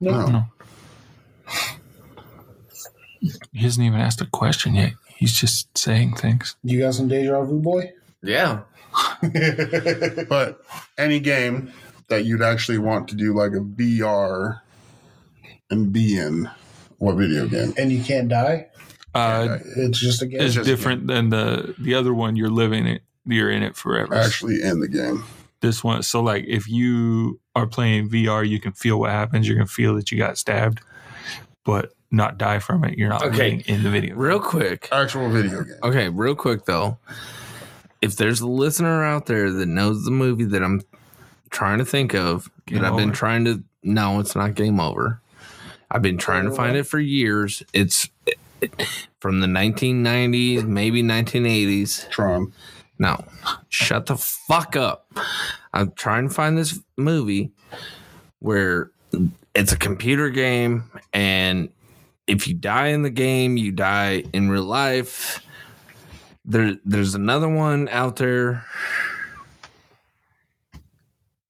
Speaker 4: No.
Speaker 2: He hasn't even asked a question yet. He's just saying things.
Speaker 5: You got some deja vu, boy?
Speaker 1: Yeah.
Speaker 4: But any game that you'd actually want to do like a VR and be in, what video game?
Speaker 5: and you can't die.
Speaker 2: Uh,
Speaker 5: It's just a game.
Speaker 2: is
Speaker 4: just-
Speaker 2: different than the the other one. You're living it. You're in it forever.
Speaker 4: Actually in the game.
Speaker 2: This one. So like, if you are playing VR, you can feel what happens. You can feel that you got stabbed, but not die from it. You're not
Speaker 1: Okay.
Speaker 2: living in the video.
Speaker 1: Real quick.
Speaker 4: Actual video game.
Speaker 1: Okay, real quick though. If there's a listener out there that knows the movie that I'm trying to think of,
Speaker 2: Game
Speaker 1: that I've been
Speaker 2: over.
Speaker 1: trying to no, it's not game over. I've been trying to find it for years. It's from the 1990s, maybe 1980s.
Speaker 4: Tron.
Speaker 1: No, shut the fuck up. I'm trying to find this movie where it's a computer game, and if you die in the game, you die in real life. There, there's another one out there.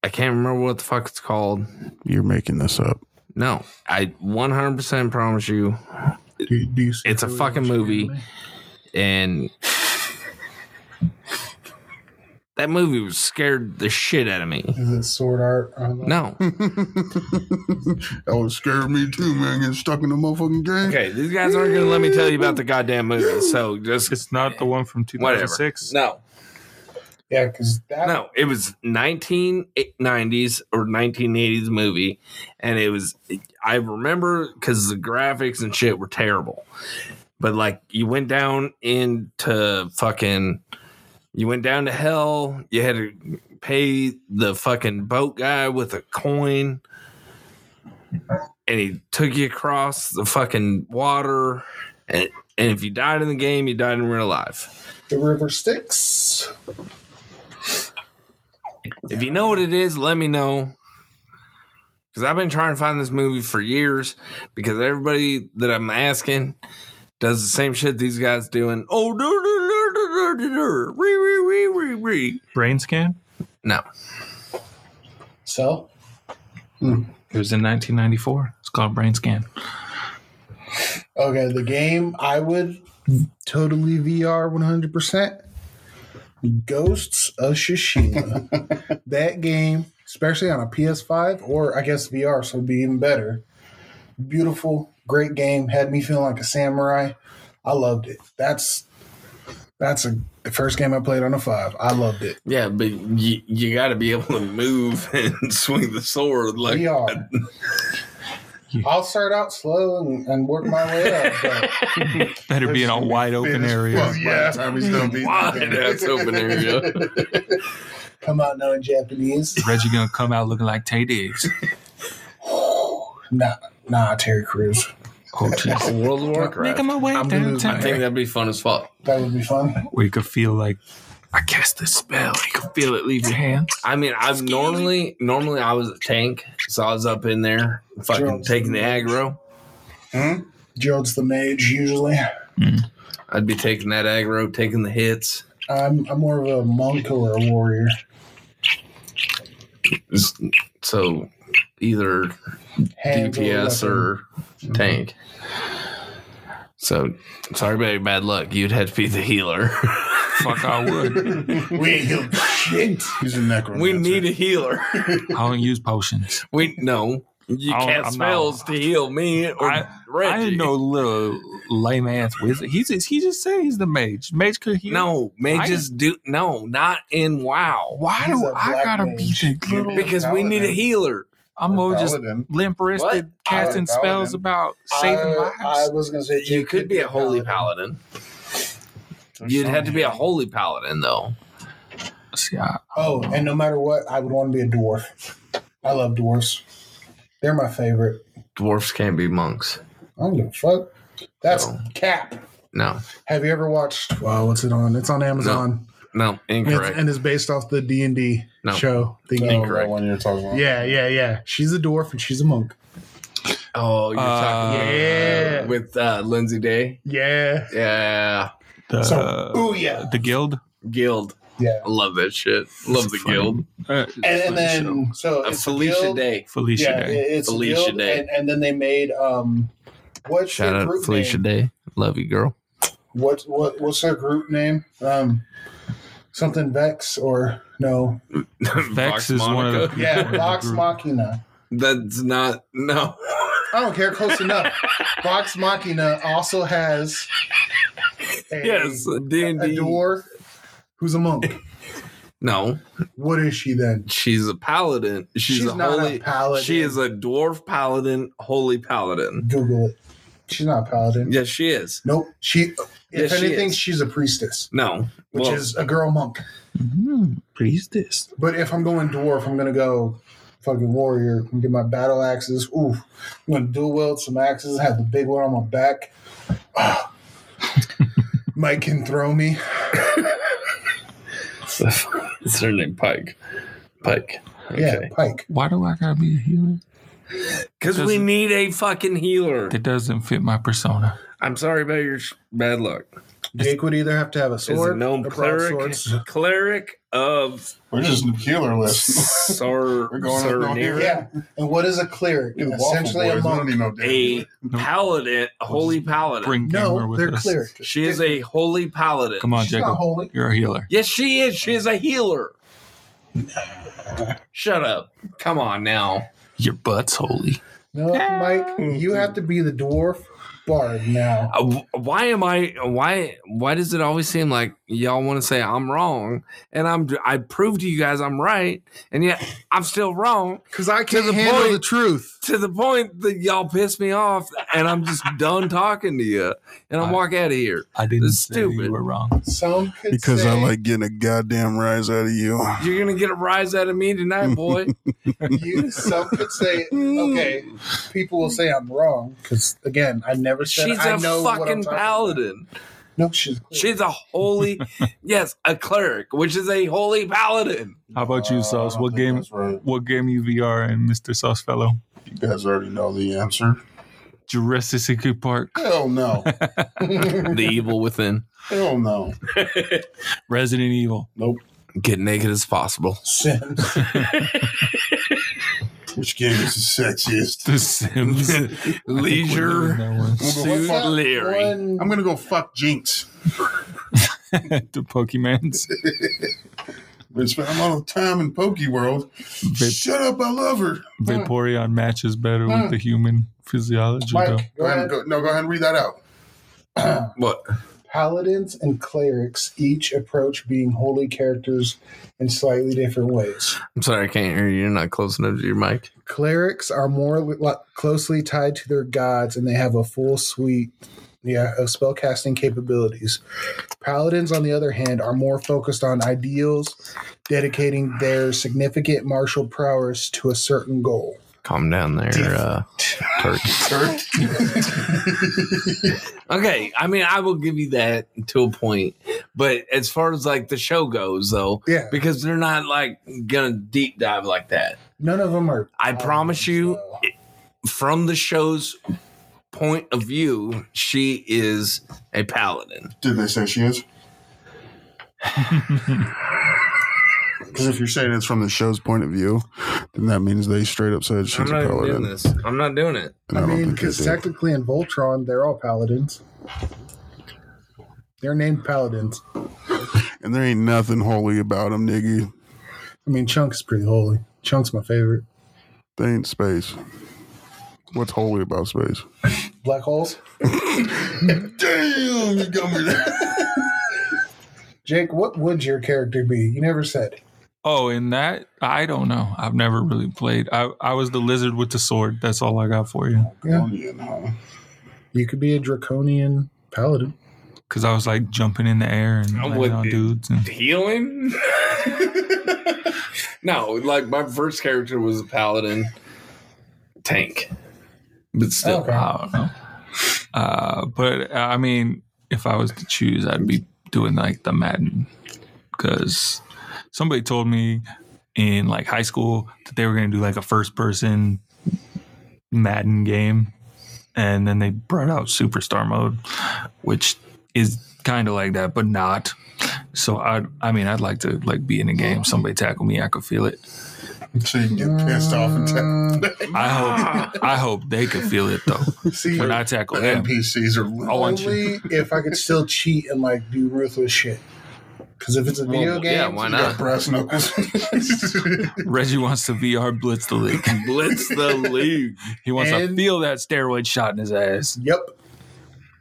Speaker 1: I can't remember what the fuck it's called.
Speaker 4: You're making this up.
Speaker 1: No, I 100% promise you
Speaker 5: Do, do you see
Speaker 1: It's a
Speaker 5: really
Speaker 1: fucking
Speaker 5: what you're
Speaker 1: movie.
Speaker 5: giving me?
Speaker 1: and that movie was scared the shit out of me.
Speaker 5: Is it sword art? Online?
Speaker 1: No,
Speaker 4: that would scare me too, man. Getting stuck in the motherfucking game.
Speaker 1: okay, these guys aren't gonna let me tell you about the goddamn movie. So just
Speaker 2: It's not the one from
Speaker 1: Eh, whatever.
Speaker 2: 2006.
Speaker 1: No,
Speaker 5: Yeah, because that.
Speaker 1: no, it was 1990s or 1980s movie, and it was I remember because the graphics and shit were terrible. But like you went down into fucking, you went down to hell. You had to pay the fucking boat guy with a coin, and he took you across the fucking water. And, and if you died in the game, you died in real life.
Speaker 5: The river Styx.
Speaker 1: If you know what it is, let me know. Because I've been trying to find this movie for years. Because everybody that I'm asking does the same shit these guys doing. Oh, do, do, do, do, do, do, do. Re, re, re, re, re.
Speaker 2: Brain scan.
Speaker 1: No.
Speaker 5: So
Speaker 2: It was in 1994. It's called Brain Scan.
Speaker 5: okay, the game I would totally VR one hundred percent. Ghosts of Tsushima. that game, especially on a PS5 or I guess VR, so it'd be even better. Beautiful, great game. Had me feeling like a samurai. I loved it. That's that's a the first game I played on a five. I loved it.
Speaker 1: Yeah, but you, you got to be able to move and swing the sword. Like,
Speaker 5: we are. I'll start out slow and, and work my way up. But
Speaker 2: Better be in a wide open area.
Speaker 4: Fuck, yeah. By the time we still beat the
Speaker 1: wide
Speaker 4: game.
Speaker 1: ass open area.
Speaker 5: come out knowing Japanese.
Speaker 2: Reggie gonna come out looking like Tay Diggs.
Speaker 5: Nah, nah, Terry Crews.
Speaker 2: Oh, jeez.
Speaker 1: World of Warcraft.
Speaker 2: Making my way
Speaker 5: I'm gonna-
Speaker 1: I think
Speaker 2: downtown.
Speaker 1: that'd be fun as fuck.
Speaker 5: That would be fun.
Speaker 2: Where you could feel like, I cast this spell. You could feel it leave your hands.
Speaker 1: I mean, I've normally normally I was a tank, so I was up in there fucking
Speaker 5: Drugs.
Speaker 1: taking the aggro.
Speaker 5: Gerald's the mage usually.
Speaker 1: I'd be taking that aggro, taking the hits.
Speaker 5: I'm, I'm more of a monk or a warrior.
Speaker 1: So either
Speaker 5: Hands
Speaker 1: DPS or tank. So sorry about your bad luck. You'd have to be the healer.
Speaker 2: Fuck, I would.
Speaker 5: weapon. we heal shit.
Speaker 4: He's a necromancer.
Speaker 1: we need a healer.
Speaker 2: I don't use potions.
Speaker 1: We no. You
Speaker 2: I don't-
Speaker 1: cast
Speaker 2: I'm
Speaker 1: spells to heal me or
Speaker 2: I- I
Speaker 1: Reggie.
Speaker 2: didn't know little lame ass wizard. He just he just said he's the mage. Mage could heal.
Speaker 1: No, mages do no, not in WoW.
Speaker 2: why
Speaker 5: He's
Speaker 2: do
Speaker 5: a
Speaker 2: I
Speaker 5: black
Speaker 2: gotta be
Speaker 5: mage.
Speaker 2: the little?
Speaker 1: Because we need a
Speaker 5: Paladin.
Speaker 1: healer.
Speaker 2: I'm
Speaker 4: Or
Speaker 2: over just
Speaker 4: paladin.
Speaker 2: limp wristed
Speaker 4: Paladin.
Speaker 2: casting spells about saving
Speaker 5: I, I
Speaker 2: lives.
Speaker 5: was gonna say
Speaker 1: You
Speaker 5: Jake
Speaker 1: could be a holy
Speaker 5: paladin.
Speaker 1: paladin. You'd have to be a holy paladin, though.
Speaker 2: See, I,
Speaker 5: Oh, and no matter what, I would want to be a dwarf. I love dwarfs. They're my favorite.
Speaker 1: Dwarfs can't be monks.
Speaker 5: I don't give a fuck. That's
Speaker 1: No.
Speaker 5: cap.
Speaker 1: No,
Speaker 5: Have you ever watched? Well, what's it on? It's on Amazon,
Speaker 1: no,
Speaker 5: And it's-
Speaker 1: incorrect.
Speaker 5: and it's based off the D and D
Speaker 1: No.
Speaker 5: show. Thing.
Speaker 4: Oh,
Speaker 1: Incorrect.
Speaker 4: that one you're talking about.
Speaker 5: Yeah, yeah, yeah. She's a dwarf and she's a monk.
Speaker 1: Oh, you're talking
Speaker 2: Uh,
Speaker 5: Yeah.
Speaker 1: with uh, Lindsay Day.
Speaker 5: Yeah,
Speaker 1: Yeah,
Speaker 2: the
Speaker 5: So-
Speaker 1: uh,
Speaker 5: ooh yeah,
Speaker 2: the guild.
Speaker 1: guild.
Speaker 5: yeah.
Speaker 1: I love that shit. Love the
Speaker 2: Funny.
Speaker 1: guild.
Speaker 2: Uh,
Speaker 5: And, and then so
Speaker 1: Uh,
Speaker 5: it's a
Speaker 1: Felicia
Speaker 5: guild.
Speaker 1: Day.
Speaker 2: Felicia
Speaker 5: yeah,
Speaker 2: Day.
Speaker 5: it- it's
Speaker 1: Felicia
Speaker 5: Felicia guild,
Speaker 1: Day.
Speaker 5: And, and then they made um, what's
Speaker 1: Shout
Speaker 5: your
Speaker 1: out
Speaker 5: group
Speaker 1: Felicia
Speaker 5: name?
Speaker 1: Day. Love you, girl.
Speaker 5: what what what's their group name? Um, something Vex or no?
Speaker 2: Vex is one of the-
Speaker 5: Yeah,
Speaker 2: One of the
Speaker 5: Vox
Speaker 2: group.
Speaker 5: Machina.
Speaker 1: That's not no.
Speaker 5: I don't care. Close enough. Vox Machina also has a,
Speaker 1: Yes, D
Speaker 5: a
Speaker 1: and D.
Speaker 5: dwarf who's a monk.
Speaker 1: No,
Speaker 5: What is she then?
Speaker 1: she's a paladin. She's, a
Speaker 5: not
Speaker 1: holy.
Speaker 5: a paladin.
Speaker 1: she is a dwarf paladin, holy paladin.
Speaker 5: Google it. She's not a paladin.
Speaker 1: Yes, she is.
Speaker 5: Nope. She. If
Speaker 1: Yes, she
Speaker 5: anything,
Speaker 1: is.
Speaker 5: she's a priestess,
Speaker 1: No,
Speaker 5: which
Speaker 1: Well,
Speaker 5: is a girl monk.
Speaker 2: Mhm. Please this.
Speaker 5: But if I'm going dwarf, I'm gonna go fucking warrior. I'm gonna get my battle axes. Ooh, I'm gonna dual wield some axes. Have the big one on my back. Ah. Mike can throw me.
Speaker 6: It's her name Pike. Pike.
Speaker 5: Yeah, Pike.
Speaker 2: Why do I gotta be a healer?
Speaker 1: because we need a fucking healer.
Speaker 2: That doesn't fit my persona.
Speaker 1: I'm sorry about your sh- bad luck.
Speaker 5: Jake would either have to have a
Speaker 1: Is a
Speaker 5: sword,
Speaker 1: gnome
Speaker 5: a
Speaker 1: cleric,
Speaker 5: broadsword.
Speaker 1: cleric of
Speaker 4: We're just in the healer list.
Speaker 1: Sar
Speaker 4: We're going up on here.
Speaker 1: Sarnir,
Speaker 5: Yeah, and what is a cleric?
Speaker 4: Dude, Waffle
Speaker 5: Essentially, a
Speaker 4: Boys, we don't
Speaker 5: monk.
Speaker 4: need no damn
Speaker 1: a
Speaker 4: healer.
Speaker 1: paladin, a holy paladin.
Speaker 2: Bring Gamer
Speaker 5: No,
Speaker 2: with
Speaker 5: they're
Speaker 2: us.
Speaker 5: cleric.
Speaker 1: She is a holy paladin.
Speaker 2: Come on,
Speaker 5: She's not
Speaker 2: Jacob.
Speaker 5: holy.
Speaker 2: You're a healer.
Speaker 1: Yes, she is. She is a healer. Shut up. Come on now.
Speaker 2: Your butt's holy.
Speaker 5: No, Mike, you have to be the dwarf bard now.
Speaker 1: Uh, wh- why am I? Why? Why does it always seem like y'all want to say I'm wrong, and I'm? I proved to you guys I'm right, and yet I'm still wrong.
Speaker 5: Because I
Speaker 1: can't handle the
Speaker 5: truth.
Speaker 1: To the point that y'all piss me off, and I'm just done talking to you, and I'm
Speaker 2: I-
Speaker 1: walk out of here.
Speaker 2: I didn't
Speaker 1: That's
Speaker 2: say
Speaker 1: stupid.
Speaker 2: you were wrong.
Speaker 5: Some could
Speaker 4: Because I
Speaker 5: say
Speaker 4: like getting a goddamn rise out of you.
Speaker 1: You're gonna get a rise out of me tonight, boy.
Speaker 5: you. Some could say, okay, people will say I'm wrong because again, I never said
Speaker 1: She's
Speaker 5: I
Speaker 1: a
Speaker 5: know what I'm talking
Speaker 1: fucking
Speaker 5: about.
Speaker 1: paladin.
Speaker 5: No, she's a cleric.
Speaker 1: She's a holy, yes, a cleric, which is a holy paladin.
Speaker 2: How about
Speaker 4: Uh,
Speaker 2: you, Sauce?
Speaker 4: I don't
Speaker 2: What
Speaker 4: think
Speaker 2: game?
Speaker 4: that's right.
Speaker 2: What game you VR and Mr. Sauce Fellow?
Speaker 4: You guys already know the answer.
Speaker 2: Jurassic Park,
Speaker 4: Hell no.
Speaker 1: The evil within.
Speaker 4: Hell no.
Speaker 2: Resident Evil.
Speaker 4: Nope.
Speaker 1: Get naked as possible.
Speaker 5: Sims.
Speaker 4: Which game is the sexiest?
Speaker 2: The Sims. I think we're
Speaker 1: Leisure.
Speaker 2: doing that
Speaker 4: We'll go,
Speaker 1: Suit
Speaker 4: "What's up?"
Speaker 1: Larry.
Speaker 5: One-
Speaker 4: I'm gonna go fuck Jinx.
Speaker 2: one. the Pokemans.
Speaker 4: Been spending a lot of time in Poke World.
Speaker 2: Vip-
Speaker 4: Shut up, I love her.
Speaker 2: Vaporeon matches better with the human physiology, though.
Speaker 5: Mike, go
Speaker 4: Go ahead
Speaker 5: ahead.
Speaker 4: and go, no, go ahead and read that out.
Speaker 1: What?
Speaker 5: Paladins and clerics each approach being holy characters in slightly different ways.
Speaker 1: I'm sorry, I can't hear you. You're not close enough to your mic.
Speaker 5: Clerics are more li- li- closely tied to their gods, and they have a full suite, yeah, of spellcasting capabilities. Paladins, on the other hand, are more focused on ideals, dedicating their significant martial prowess to a certain goal.
Speaker 1: Calm down there, uh, Turk.
Speaker 4: Turk.
Speaker 1: Okay, I mean, I will give you that to a point, but as far as like the show goes, though,
Speaker 5: Yeah,
Speaker 1: because they're not like gonna deep dive like that.
Speaker 5: none of them are.
Speaker 1: I promise you,
Speaker 5: though.
Speaker 1: from the show's point of view, she is a paladin.
Speaker 4: Did they say she is? Because if you're saying it's from the show's point of view, then that means they straight up said she's
Speaker 1: I'm
Speaker 4: a
Speaker 1: not even doing
Speaker 4: paladin.
Speaker 1: this. I'm not doing it.
Speaker 4: And
Speaker 5: I
Speaker 4: don't
Speaker 5: mean,
Speaker 4: think they
Speaker 5: because
Speaker 4: did.
Speaker 5: technically in Voltron, they're all paladins. They're named paladins.
Speaker 4: and there ain't nothing holy about them, nigga.
Speaker 5: I mean, Chunk's pretty holy. Chunk's my favorite.
Speaker 4: They ain't space. What's holy about space?
Speaker 5: Black holes.
Speaker 4: Damn, you got me there.
Speaker 5: Jake, what would your character be? You never said.
Speaker 2: Oh, in that, I don't know. I've never really played. I, I was the lizard with the sword. That's all I got for you.
Speaker 5: You could be a draconian paladin.
Speaker 2: Because I was like jumping in the air and
Speaker 1: I'm
Speaker 2: landing
Speaker 1: with
Speaker 2: on
Speaker 1: you.
Speaker 2: dudes. And
Speaker 1: Healing? no, like my first character was a paladin tank, but still,
Speaker 5: Okay.
Speaker 2: I don't know. Uh, but I mean, if I was to choose, I'd be doing like the Madden because somebody told me in like high school that they were going to do like a first person Madden game. And then they brought out Superstar mode, which is kind of like that, but not. So I, I mean, I'd like to like be in a game. Somebody tackle me, I could feel it.
Speaker 4: So you can get pissed off and ta-
Speaker 2: I hope, I hope they could feel it though
Speaker 5: See,
Speaker 2: when I tackle
Speaker 4: the
Speaker 2: them.
Speaker 4: NPCs are.
Speaker 2: I want you.
Speaker 5: only if I could still cheat and like do ruthless shit. Because if it's a video
Speaker 1: Well,
Speaker 5: game,
Speaker 1: Oh, yeah, why
Speaker 4: You got
Speaker 1: not?
Speaker 4: brass knuckles.
Speaker 2: Reggie wants to VR blitz the league.
Speaker 1: Blitz the league.
Speaker 2: He wants to
Speaker 5: And-
Speaker 2: feel that steroid shot in his ass.
Speaker 5: yep.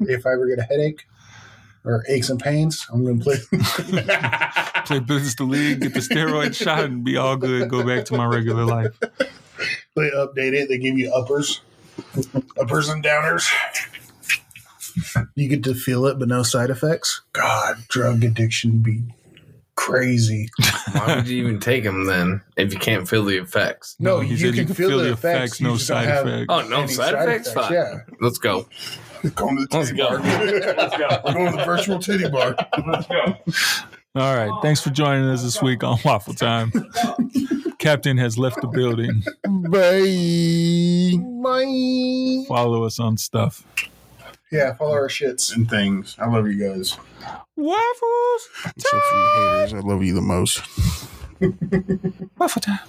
Speaker 5: If I ever get a headache or aches and pains, I'm gonna play.
Speaker 2: Play blitz the league, get the steroid shot, and be all good. Go back to my regular life.
Speaker 5: They update it. They give you uppers, uppers and downers. You get to feel it, but no side effects. God, drug addiction be crazy.
Speaker 1: Why would you even take them then if you can't feel the effects?
Speaker 5: No,
Speaker 2: he
Speaker 5: you
Speaker 2: said
Speaker 5: can feel the effects, you
Speaker 2: no
Speaker 5: just don't
Speaker 2: side
Speaker 5: have-
Speaker 2: effects.
Speaker 1: Oh no,
Speaker 5: Any
Speaker 1: side, effects. Fine.
Speaker 5: Yeah,
Speaker 1: Let's go.
Speaker 4: Going to the
Speaker 1: Let's
Speaker 4: titty
Speaker 1: go.
Speaker 4: bar. We're going to the virtual titty bar.
Speaker 2: All right. Thanks for joining us this week on Waffle Time. Captain has left the building.
Speaker 5: Bye.
Speaker 2: Follow us on stuff.
Speaker 5: yeah. Follow our shits.
Speaker 4: And things. I love you guys.
Speaker 2: Waffles.
Speaker 4: Except for you haters, I love you the most.
Speaker 2: Waffle Time.